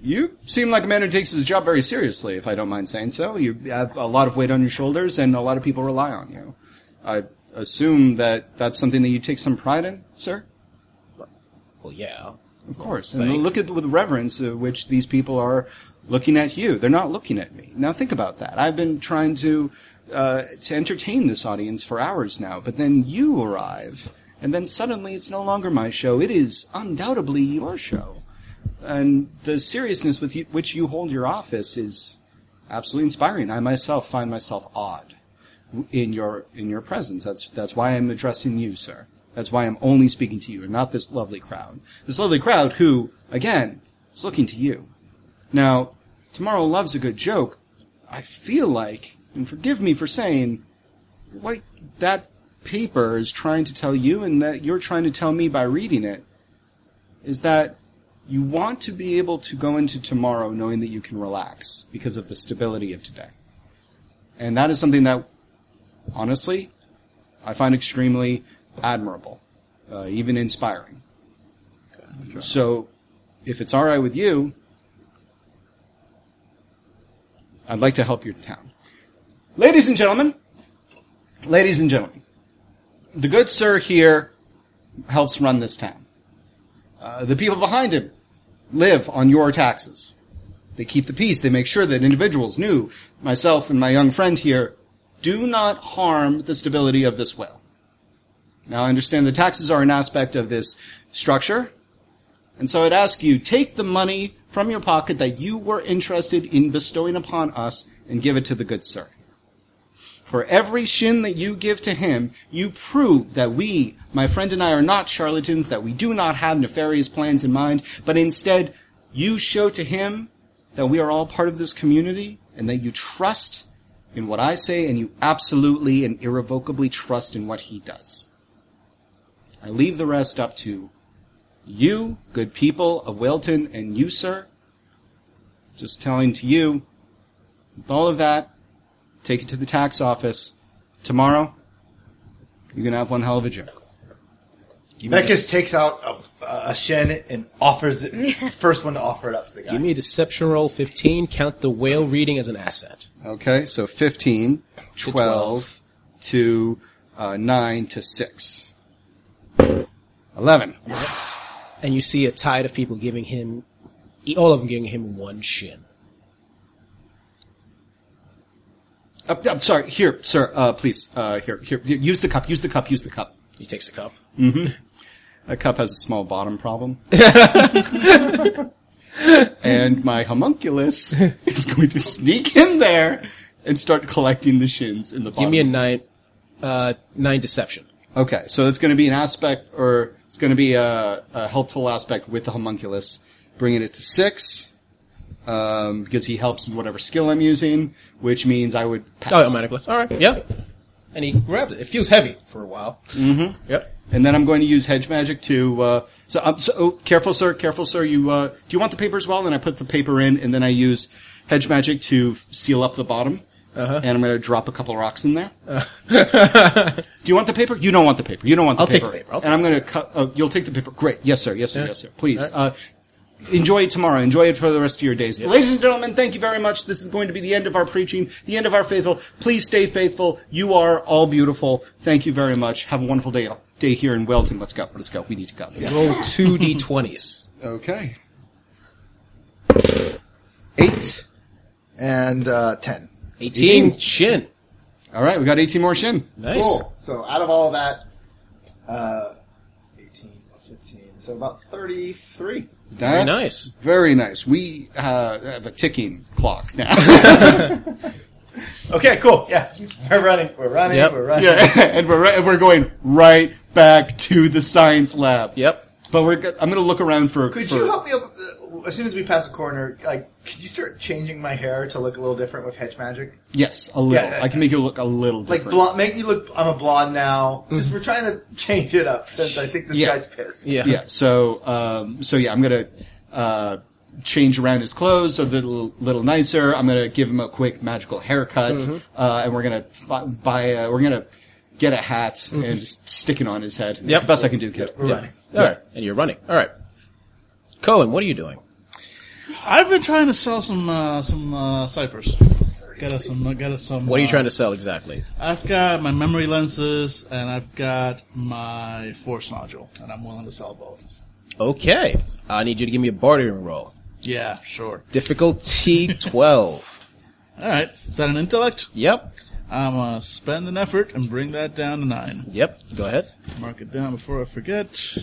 You seem like a man who takes his job very seriously, if I don't mind saying so. You have a lot of weight on your shoulders, and a lot of people rely on you. I assume that that's something that you take some pride in, sir? Well, yeah. Of course. And Thank- look at with reverence uh, which these people are looking at you. They're not looking at me. Now think about that. I've been trying to uh, to entertain this audience for hours now, but then you arrive, and then suddenly it's no longer my show. It is undoubtedly your show. and the seriousness with you, which you hold your office is absolutely inspiring. I myself find myself awed w- in your in your presence. That's that's why I'm addressing you, sir. That's why I'm only speaking to you and not this lovely crowd. This lovely crowd who, again, is looking to you. Now, tomorrow loves a good joke. I feel like, and forgive me for saying, what that paper is trying to tell you and that you're trying to tell me by reading it is that you want to be able to go into tomorrow knowing that you can relax because of the stability of today. And that is something that, honestly, I find extremely admirable, uh, even inspiring. So, if it's all right with you, I'd like to help your town. Ladies and gentlemen, ladies and gentlemen, the good sir here helps run this town. Uh, the people behind him live on your taxes. They keep the peace. They make sure that individuals, new, myself and my young friend here, do not harm the stability of this well. Now I understand the taxes are an aspect of this structure, and so I'd ask you, take the money from your pocket that you were interested in bestowing upon us and give it to the good sir. For every shin that you give to him, you prove that we, my friend and I, are not charlatans, that we do not have nefarious plans in mind, but instead, you show to him that we are all part of this community and that you trust in what I say and you absolutely and irrevocably trust in what he does. I leave the rest up to you, good people of Wilton, and you, sir, just telling to you, with all of that, take it to the tax office. Tomorrow, you're gonna have one hell of a joke. Vekas takes out a, a shin and offers it, [LAUGHS] first one to offer it up to the guy. Give me a deception roll 15. Count the whale reading as an asset. Okay, so 15, 12, to, 12. uh, 9 to 6. 11. And you see a tide of people giving him, all of them giving him one shin. Up, up, Uh, sorry, here, sir, uh, please, uh, here, here, here, use the cup, use the cup, use the cup. He takes a cup. That cup has a small [LAUGHS] bottom problem. [LAUGHS] and my homunculus [LAUGHS] is going to sneak in there and start collecting the shins in the bottom. Give me a nine, uh, nine deception. Okay, so it's going to be an aspect, or it's going to be a, a helpful aspect with the homunculus, bringing it to six, um, because he helps in whatever skill I'm using, which means I would pass. Oh, automatically. All right. Yeah. And he grabbed it. It feels heavy for a while. Mm-hmm. Yep. And then I'm going to use hedge magic to. Uh, so, um, so oh, careful, sir. Careful, sir. You uh, do you want the paper as well? And I put the paper in, and then I use hedge magic to f- seal up the bottom. Uh-huh. And I'm going to drop a couple rocks in there. [LAUGHS] do you want the paper? You don't want the paper. You don't want. the Uh-huh. I'll take paper. the paper. I'll and I'm going to cut. Uh, you'll take the paper. Great. Yes, sir. Yes, sir. Yes, sir. Please. Uh, Enjoy it tomorrow. Enjoy it for the rest of your days. Ladies and gentlemen, thank you very much. This is going to be the end of our preaching, the end of our faithful. Please stay faithful. You are all beautiful. Thank you very much. Have a wonderful day, day here in Welton. Let's go. Let's go. We need to go. Yeah. Roll two [LAUGHS] d20s. Okay. Eight and uh, ten. 18, shin. All right. We got 18 more shin. Nice. Cool. So out of all that, uh, 18 plus 15, so about 33. That's nice. Very nice. We uh, have a ticking clock now. Okay, cool. Yeah. [LAUGHS] We're running, we're running, Yep. we're running. yeah, [LAUGHS] and we're right, and we're going right back to the science lab. Yep. But we're go- I'm going to look around for. [LAUGHS] Could for- you help me up, uh, as soon as we pass a corner, like, could you start changing my hair to look a little different with hedge magic? Yes, a little. Yeah, yeah, I can make you look a little Like different. Mm-hmm. blonde, make me look. I'm a blonde now. Just we're trying to change it up since I think this Yeah. guy's pissed. Yeah. yeah. So, um, so yeah, I'm gonna uh, change around his clothes so they're a little, little nicer. I'm gonna give him a quick magical haircut, Mm-hmm. uh, and we're gonna fi- buy. A, we're gonna get a hat and just stick it on his head. It's Mm-hmm. Yep. the best I can do, kid. We're running. All right. And you're running. All right. Cohen, what are you doing? I've been trying to sell some uh, some uh, ciphers. Got us some. Got us some. What are you uh, trying to sell exactly? I've got my memory lenses and I've got my force nodule, and I'm willing to sell both. Okay. I need you to give me a bartering roll. Yeah, sure. [LAUGHS] Difficulty 12. All right. Is that an intellect? Yep. I'm gonna spend an effort and bring that down to nine. Yep. Go ahead. Mark it down before I forget.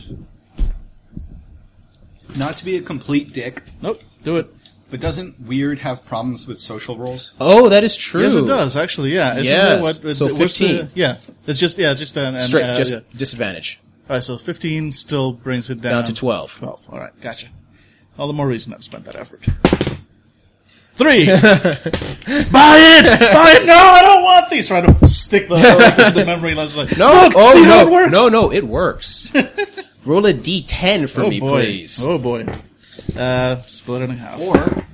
Not to be a complete dick, Nope. Do it. but doesn't Weird have problems with social roles? Oh, that is true. Yes, it does actually. Yeah. Isn't Yes. it So what's the- 15. yeah, it's just yeah, it's just an, an Straight, uh, just yeah. disadvantage. All right, so 15 still brings it down, Down to 12. 12. All right, gotcha. All the more reason I've spent that effort. [LAUGHS] Three. buy it, buy it. No, I don't want these. Try to stick the, the, memory lens. Like, [LAUGHS] No, look, oh see no, how it works. no, no, it [LAUGHS] works. Roll a d10 for oh me, boy, please. oh boy. Uh, split it in half. Or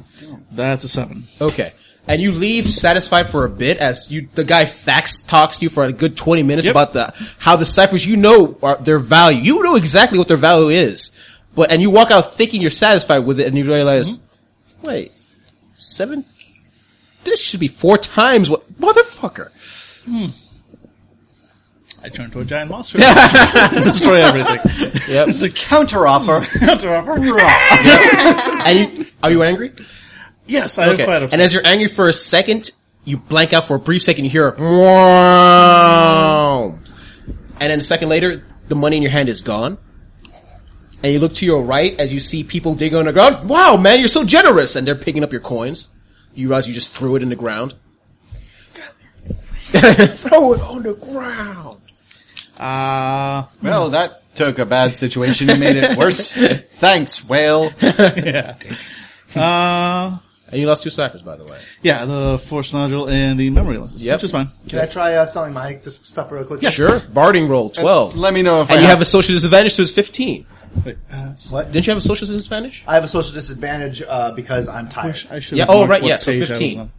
That's a seven. Okay. And you leave satisfied for a bit as you the guy fax talks to you for a good twenty minutes Yep. about the how the ciphers you know are their value. You know exactly what their value is, but and you walk out thinking you're satisfied with it, and you realize, Mm-hmm. wait, seven. This should be four times what motherfucker. I turn to a giant monster. [LAUGHS] destroy everything. [LAUGHS] Yep. it's a counteroffer. [LAUGHS] [LAUGHS] and you are you angry? yes, I am quite a And as you're angry for a second, you blank out for a brief second. You hear, a "Wow." and then a second later, the money in your hand is gone. And you look to your right as you see people digging on the ground. Wow, man, you're so generous! And they're picking up your coins. You realize you just threw it in the ground. [LAUGHS] Throw it on the ground. Uh, well, that took a bad situation and made it [LAUGHS] worse. Thanks, whale. uh, And you lost two ciphers, by the way. yeah, the force nodule and the memory lenses, Yep. which is fine. Can I try uh, selling my just stuff real quick? Sure. Barding roll, 12. Let me know if and I you have a social disadvantage, so it's 15. Wait, uh, Didn't you have a social disadvantage? I have a social disadvantage uh, because I'm tired. I should. Yeah, have oh, marked right, what yeah, so page I was 15. on.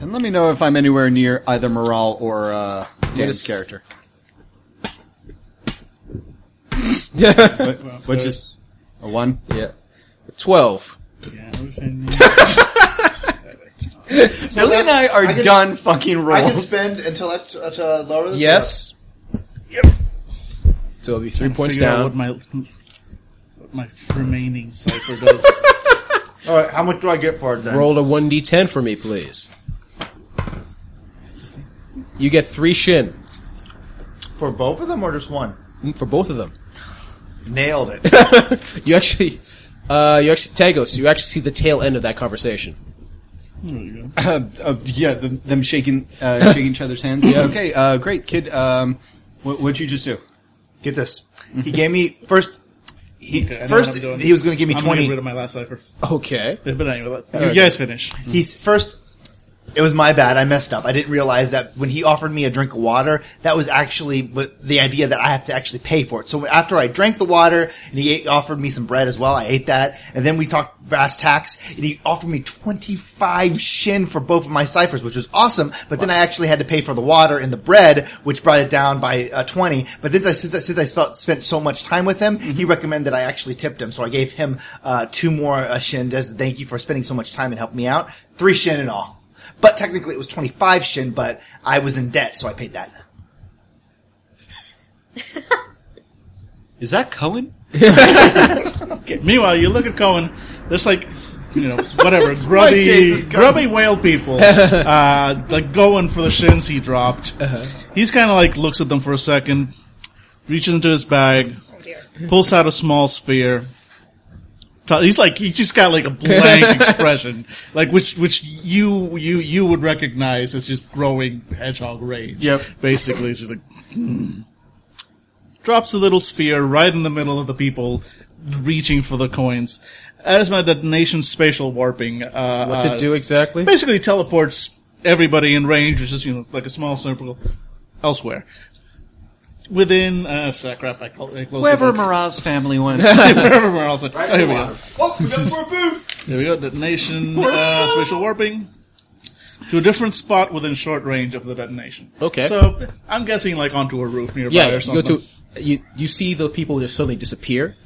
and let me know if I'm anywhere near either Morale or uh, Dan's Yes. character. [LAUGHS] yeah. Which is a one. 12. Yeah, everything- Billy and I are I can- done fucking I can rolls. spend until I t- uh, to lower this. Yes. So it'll be three points figure out down. What my what my remaining cipher does. All right. How much do I get for it then? Roll a one d10 for me, please. You get three shin for both of them or just one? for both of them. Nailed [LAUGHS] it. You actually, uh, you actually Tagos. You actually see the tail end of that conversation. there you go. Uh, uh, yeah, the, them shaking, [LAUGHS] uh, shaking each other's hands. Okay, uh, great kid. Um, what, what'd you just do? get this. He gave me first. He, Okay, I know first, what I'm doing. he was going to give me I'm gonna twenty. get rid of my last cipher. Okay. But anyway, let- you Alright. guys finish. He's first. It was my bad. I messed up. I didn't realize that when he offered me a drink of water, that was actually what- the idea that I have to actually pay for it. So after I drank the water and he ate, offered me some bread as well, I ate that. And then we talked brass tacks and he offered me 25 shin for both of my ciphers, which was awesome. But then I actually had to pay for the water and the bread, which brought it down by uh, 20. But since I, since I, since I spelt, spent so much time with him, he recommended I actually tipped him. So I gave him uh, two more uh, shin as a thank you for spending so much time and helping me out. Three shin in all. But technically, it was 25 shin, but I was in debt, so I paid that. Is that Cohen? Meanwhile, you look at Cohen. There's like, [LAUGHS] you know, whatever taste grubby, is grubby whale people, uh, like going for the shins he dropped. Uh-huh. He's kind of like looks at them for a second, reaches into his bag, Oh, pulls out a small sphere. T- He's like he's just got like a [LAUGHS] blank expression, like which which you you you would recognize as just growing hedgehog rage. Yep. basically, it's just like hmm. drops a little sphere right in the middle of the people reaching for the coins. As my detonation spatial warping. Uh, What's uh, it do [LAUGHS] exactly? Basically teleports everybody in range, which is, you know, like a small circle, elsewhere. Within, uh, so crap, I, call, I closed Whoever the book. Morale's family went. Wherever else. oh, here we go. Oh, we got more food! There we go. Detonation, uh, spatial warping to a different spot within short range of the detonation. Okay. So, I'm guessing like onto a roof nearby yeah. or You go something. to you. You see the people just suddenly disappear,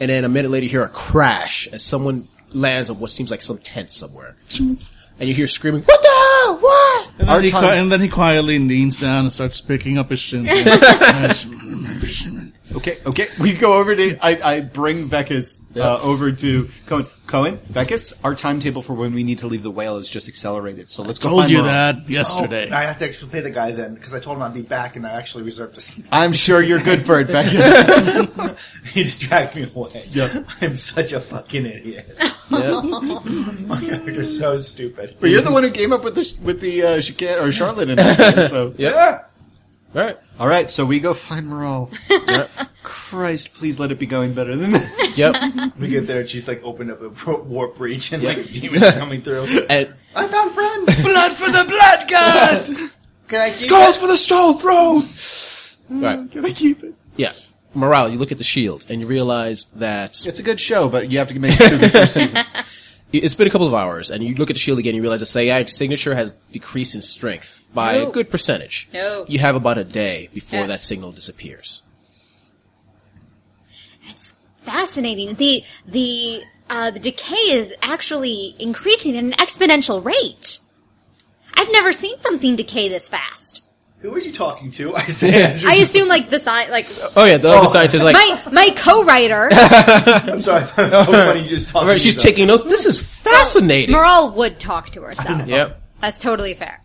and then a minute later, you hear a crash as someone lands on what seems like some tent somewhere, and you hear screaming. What the hell? What? And then, Our he [LAUGHS] time- qui- and then he quietly leans down and starts picking up his shins. [LAUGHS] Okay, okay. We go over to. I, I bring Vekas uh, over to Cohen. Cohen, Vekas, our timetable for when we need to leave the whale is just accelerated. So let's go. Told find you Merle. that [LAUGHS] Oh, yesterday. I have to actually play the guy then because I told him I'd be back and I actually reserved this. I'm sure you're good for it, Vekas. [LAUGHS] he just dragged me away. Yeah. [LAUGHS] I'm such a fucking idiot. My character's so stupid. but you're the one who came up with the sh- with the uh, chicane or Charlotte and everything. So [LAUGHS] Yeah. All right. all right, so we go find [LAUGHS] Morale. Yep. Christ, please let it be going better than this. yep. We get there and she's like opened up a [LAUGHS] pro- warp breach and like demons are [LAUGHS] coming through. And [LAUGHS] I found friends. Blood for the blood god. Can I keep Skulls for the stone throne. all right. Can I keep it? Yeah. Morale. You look at the shield and you realize that It's a good show, but you have to make it through the [LAUGHS] first season. it's been a couple of hours, and you look at the shield again, you realize the Sayag signature has decreased in strength by a No. good percentage. No. You have about a day before Yeah. that signal disappears. It's fascinating. The the uh, the decay is actually increasing at an exponential rate. I've never seen something decay this fast. Who are you talking to? [LAUGHS] I said. I assume like the sci- like Oh yeah, the other scientist is like, my my co-writer I'm sorry. I thought it was so funny you just talking. all right, to she's yourself. taking notes. This is [LAUGHS] fascinating. Moral would talk to herself. Yep. That's totally fair.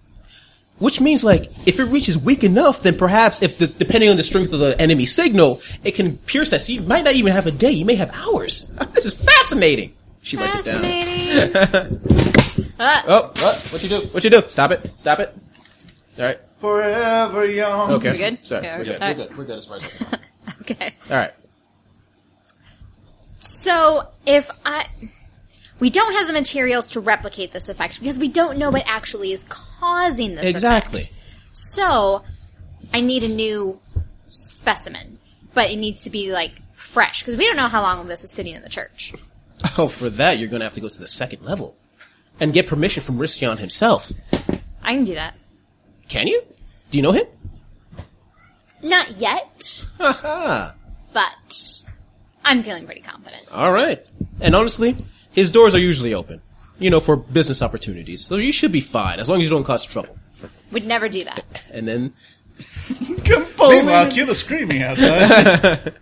Which means like, if it reaches weak enough, then perhaps if the, depending on the strength of the enemy signal, it can pierce that. So you might not even have a day. You may have hours. [LAUGHS] this is fascinating. She writes it down. Fascinating. [LAUGHS] Oh, what? What you do? What you do? Stop it. Stop it. All right. forever young. Okay. You good? Sorry. Okay, We're good. all right. We're good. We're good as far as. okay. All right. So if I, we don't have the materials to replicate this effect because we don't know what actually is causing this. Exactly. [LAUGHS] effect. So I need a new specimen, but it needs to be like fresh because we don't know how long this was sitting in the church. Oh, for that, you're going to have to go to the second level and get permission from Ristion himself. I can do that. Can you? Do you know him? Not yet, Haha. but I'm feeling pretty confident. All right. And honestly, his doors are usually open, you know, for business opportunities. So you should be fine as long as you don't cause trouble. Would never do that. And then, Meanwhile, cue the screaming outside.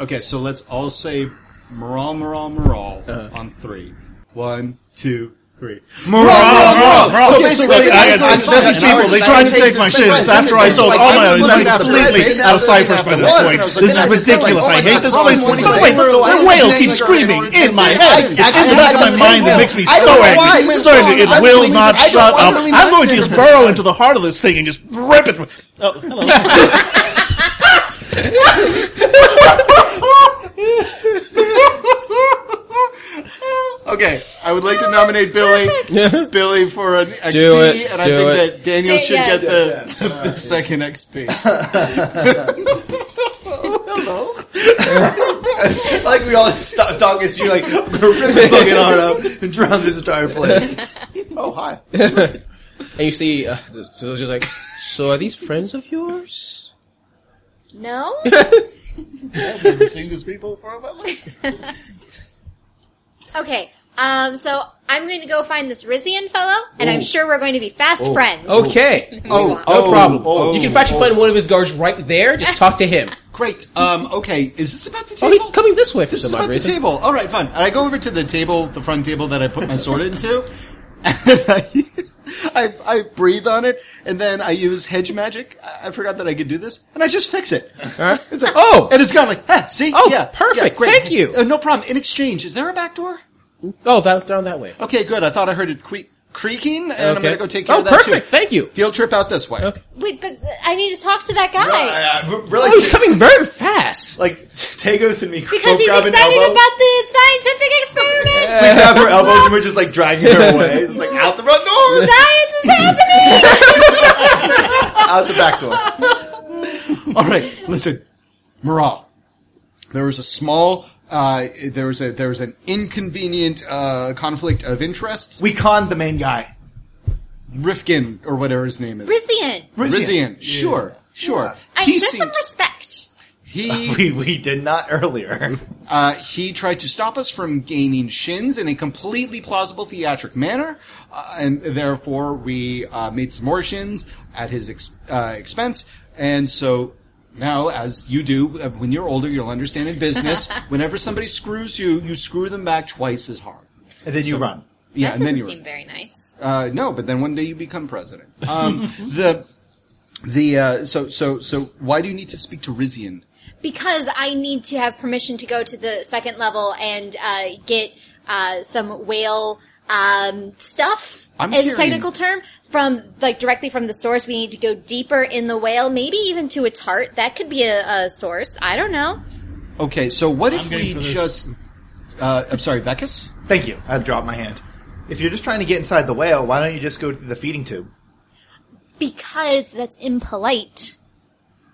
Okay, so let's all say Moral, Moral, Moral on three. One, two, three. Moral, Moral, Moral! Okay, so basically, I- I- there's these people, they're trying to take my shits after I sold all my others. I'm completely out of Cypress by this point. This is ridiculous. I hate this place. By the way, the whale keeps screaming in my head. It's in the back of my mind that makes me so angry. So angry. It will not shut up. I'm going to just burrow into the heart of this thing and just rip it. Oh, hello. Okay, I would like to nominate Billy, [LAUGHS] Billy for an XP, Do it, and I do think it. that Daniel Da- should yes. get the, the, the second XP. Like we all just stop talking. So you're like, I'm gonna rip his fucking heart up and drown this [LAUGHS] entire place. Oh [LAUGHS] hi. and you see, uh, this- so it's just like, so are these friends of yours? No, Never seen these people before. [LAUGHS] Okay. Um, so I'm going to go find this Rizian fellow, and I'm sure we're going to be fast friends. Okay. Oh, no No problem. you can actually find one of his guards right there. Just talk to [LAUGHS] him. Great. Um, okay, is this about the table? Oh, he's coming this way for This is some about odd the reason. table. All right, fun. And I go over to the table, the front table that I put my sword into, [LAUGHS] and I, [LAUGHS] I, I breathe on it, and then I use hedge magic. I, I forgot that I could do this, and I just fix it. [LAUGHS] It's like, Oh! and it's gone like, ah, see, Oh, yeah, perfect. yeah, great. Thank you. Uh, no problem. In exchange, is there a back door? Oh, that, down that way. Okay, good. I thought I heard it que- creaking, and I'm Okay. gonna go take care Oh, of that perfect. too. Thank you. Field trip out this way. Okay. Wait, but I need to talk to that guy I- I Oh, Uh, really, he's coming very fast. [LAUGHS] like Tagos and me because both he's grab an excited elbow. about the scientific experiment. we grab her elbows and we're just like dragging [LAUGHS] her away. It's like out the front door, Science [LAUGHS] is happening. out the back door. All right, listen, Maral. There was a small, uh, there was a there was an inconvenient uh, conflict of interests. We conned the main guy. Rifkin or whatever his name is, Rizian, Rizian. Sure, sure. I He show some seemed- respect. he [LAUGHS] We we did not [LAUGHS] earlier. uh, he tried to stop us from gaining shins in a completely plausible theatric manner, uh, and therefore we uh, made some more shins at his ex- uh, expense. And so Now, as you do, uh, when you're older, you'll understand in business, [LAUGHS] whenever somebody screws you, you screw them back twice as hard. And then you run. Yeah, that and then doesn't you're seem very nice. uh, no, but then one day you become [LAUGHS] president. Um, the the uh, so so so why do you need to speak to Rizian? Because I need to have permission to go to the second level and uh, get uh, some whale um, stuff. I'm is a hearing- technical term from like directly from the source. We need to go deeper in the whale, maybe even to its heart. That could be a, a source. I don't know. Okay, so what if I'm game we for this. just? Uh, I'm sorry, Vekas. Thank you. I've dropped my hand. If you're just trying to get inside the whale, why don't you just go through the feeding tube? Because that's impolite.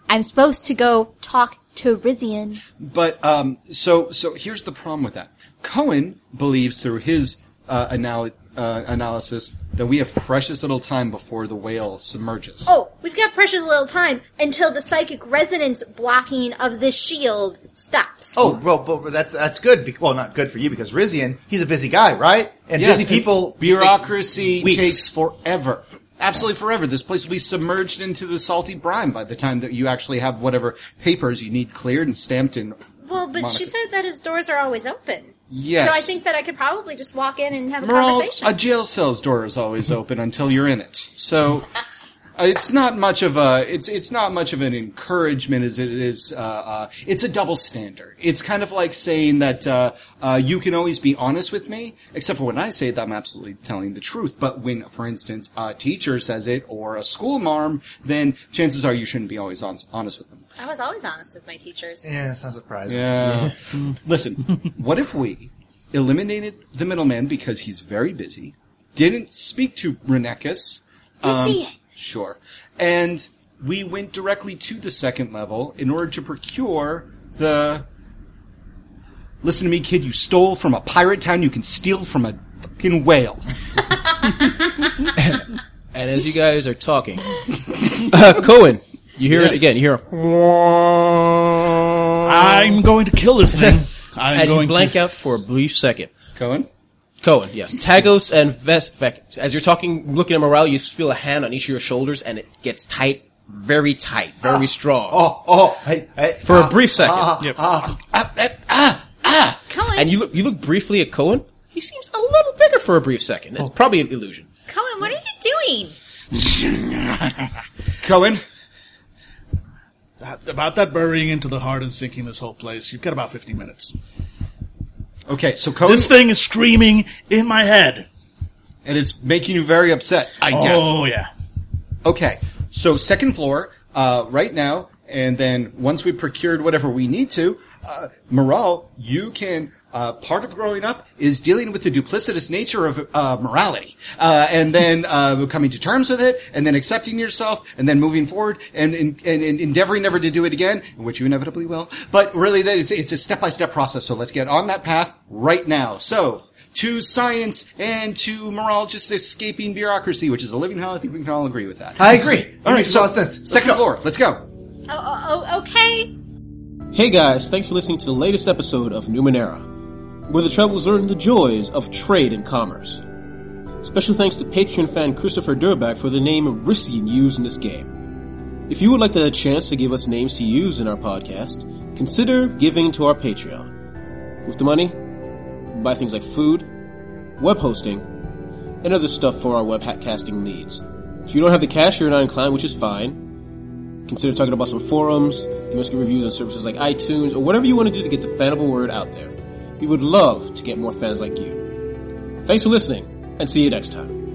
I'm supposed to go talk to Rizian. But um, so so here's the problem with that. Cohen believes through his uh, anal- uh, analysis that we have precious little time before the whale submerges. Oh, we've got precious little time until the psychic resonance blocking of this shield stops. Oh, well, but that's that's good. Be- well, not good for you because Rizian, he's a busy guy, right? And Yes, busy people, and bureaucracy weeks. takes forever. Absolutely forever. This place will be submerged into the salty brine by the time that you actually have whatever papers you need cleared and stamped in. well, but she Monica. said that his doors are always open. Yes. So I think that I could probably just walk in and have a Merle, uh, conversation. a jail cell's door is always open until you're in it. So uh, it's not much of a it's it's not much of an encouragement as it is. Uh, uh, it's a double standard. It's kind of like saying that uh, uh, you can always be honest with me, except for when I say that I'm absolutely telling the truth. But when, for instance, a teacher says it or a school marm, then chances are you shouldn't be always hon- honest with them. I was always honest with my teachers. Yeah, that's Eh, not surprising. Yeah. [LAUGHS] Listen, what if we eliminated the middleman because he's very busy, didn't speak to Renekis? um, Busy. Sure. And we went directly to the second level in order to procure the. Listen to me, kid. You stole from a pirate town. You can steal from a fucking whale. And as you guys are talking, [LAUGHS] uh, Cohen, you hear Yes. it again. You hear a I'm going to kill this [LAUGHS] thing. I'm and you going blank to. out for a brief second. Cohen. Cohen, yes. Tagos and Vest, Vec- as you're talking, looking at Morale, you feel a hand on each of your shoulders and it gets tight, very tight, very strong. Oh, oh, hey, hey. For a brief second. Yep. Ah, ah, ah, ah. Cohen, And you look, you look briefly at Cohen. He seems a little bigger for a brief second. It's probably an illusion. Cohen, what are you doing? Cohen. That- about that burying into the heart and sinking this whole place. You've got about 15 minutes. Okay, so Cohen, This thing is screaming in my head. and it's making you very upset. I guess. Oh, yeah. Okay, so second floor, uh, right now, and then once we procured whatever we need to, uh, morale, you can, uh, part of growing up is dealing with the duplicitous nature of, uh, morality. Uh, and then, uh, coming to terms with it, and then accepting yourself, and then moving forward, and, and, and, and endeavoring never to do it again, which you inevitably will. But really, that it's, it's a step-by-step process, so let's get on that path right now. So, to science and to morale, just escaping bureaucracy, which is a living hell. I think we can all agree with that. I agree. All right, Makes a so lot of sense. Let's second go. floor. Let's go. Oh, oh, oh, okay. Hey guys, thanks for listening to the latest episode of Numenera, where the travelers learn the joys of trade and commerce. Special thanks to Patreon fan Christopher Durback for the name Rissian used in this game. If you would like to have a chance to give us names to use in our podcast, consider giving to our Patreon. With the money, we buy things like food, web hosting, and other stuff for our webcasting needs. If you don't have the cash, you're not inclined, which is fine. Consider talking about some forums, giving us good reviews on services like iTunes, or whatever you want to do to get the fanable word out there. We would love to get more fans like you. Thanks for listening, and see you next time.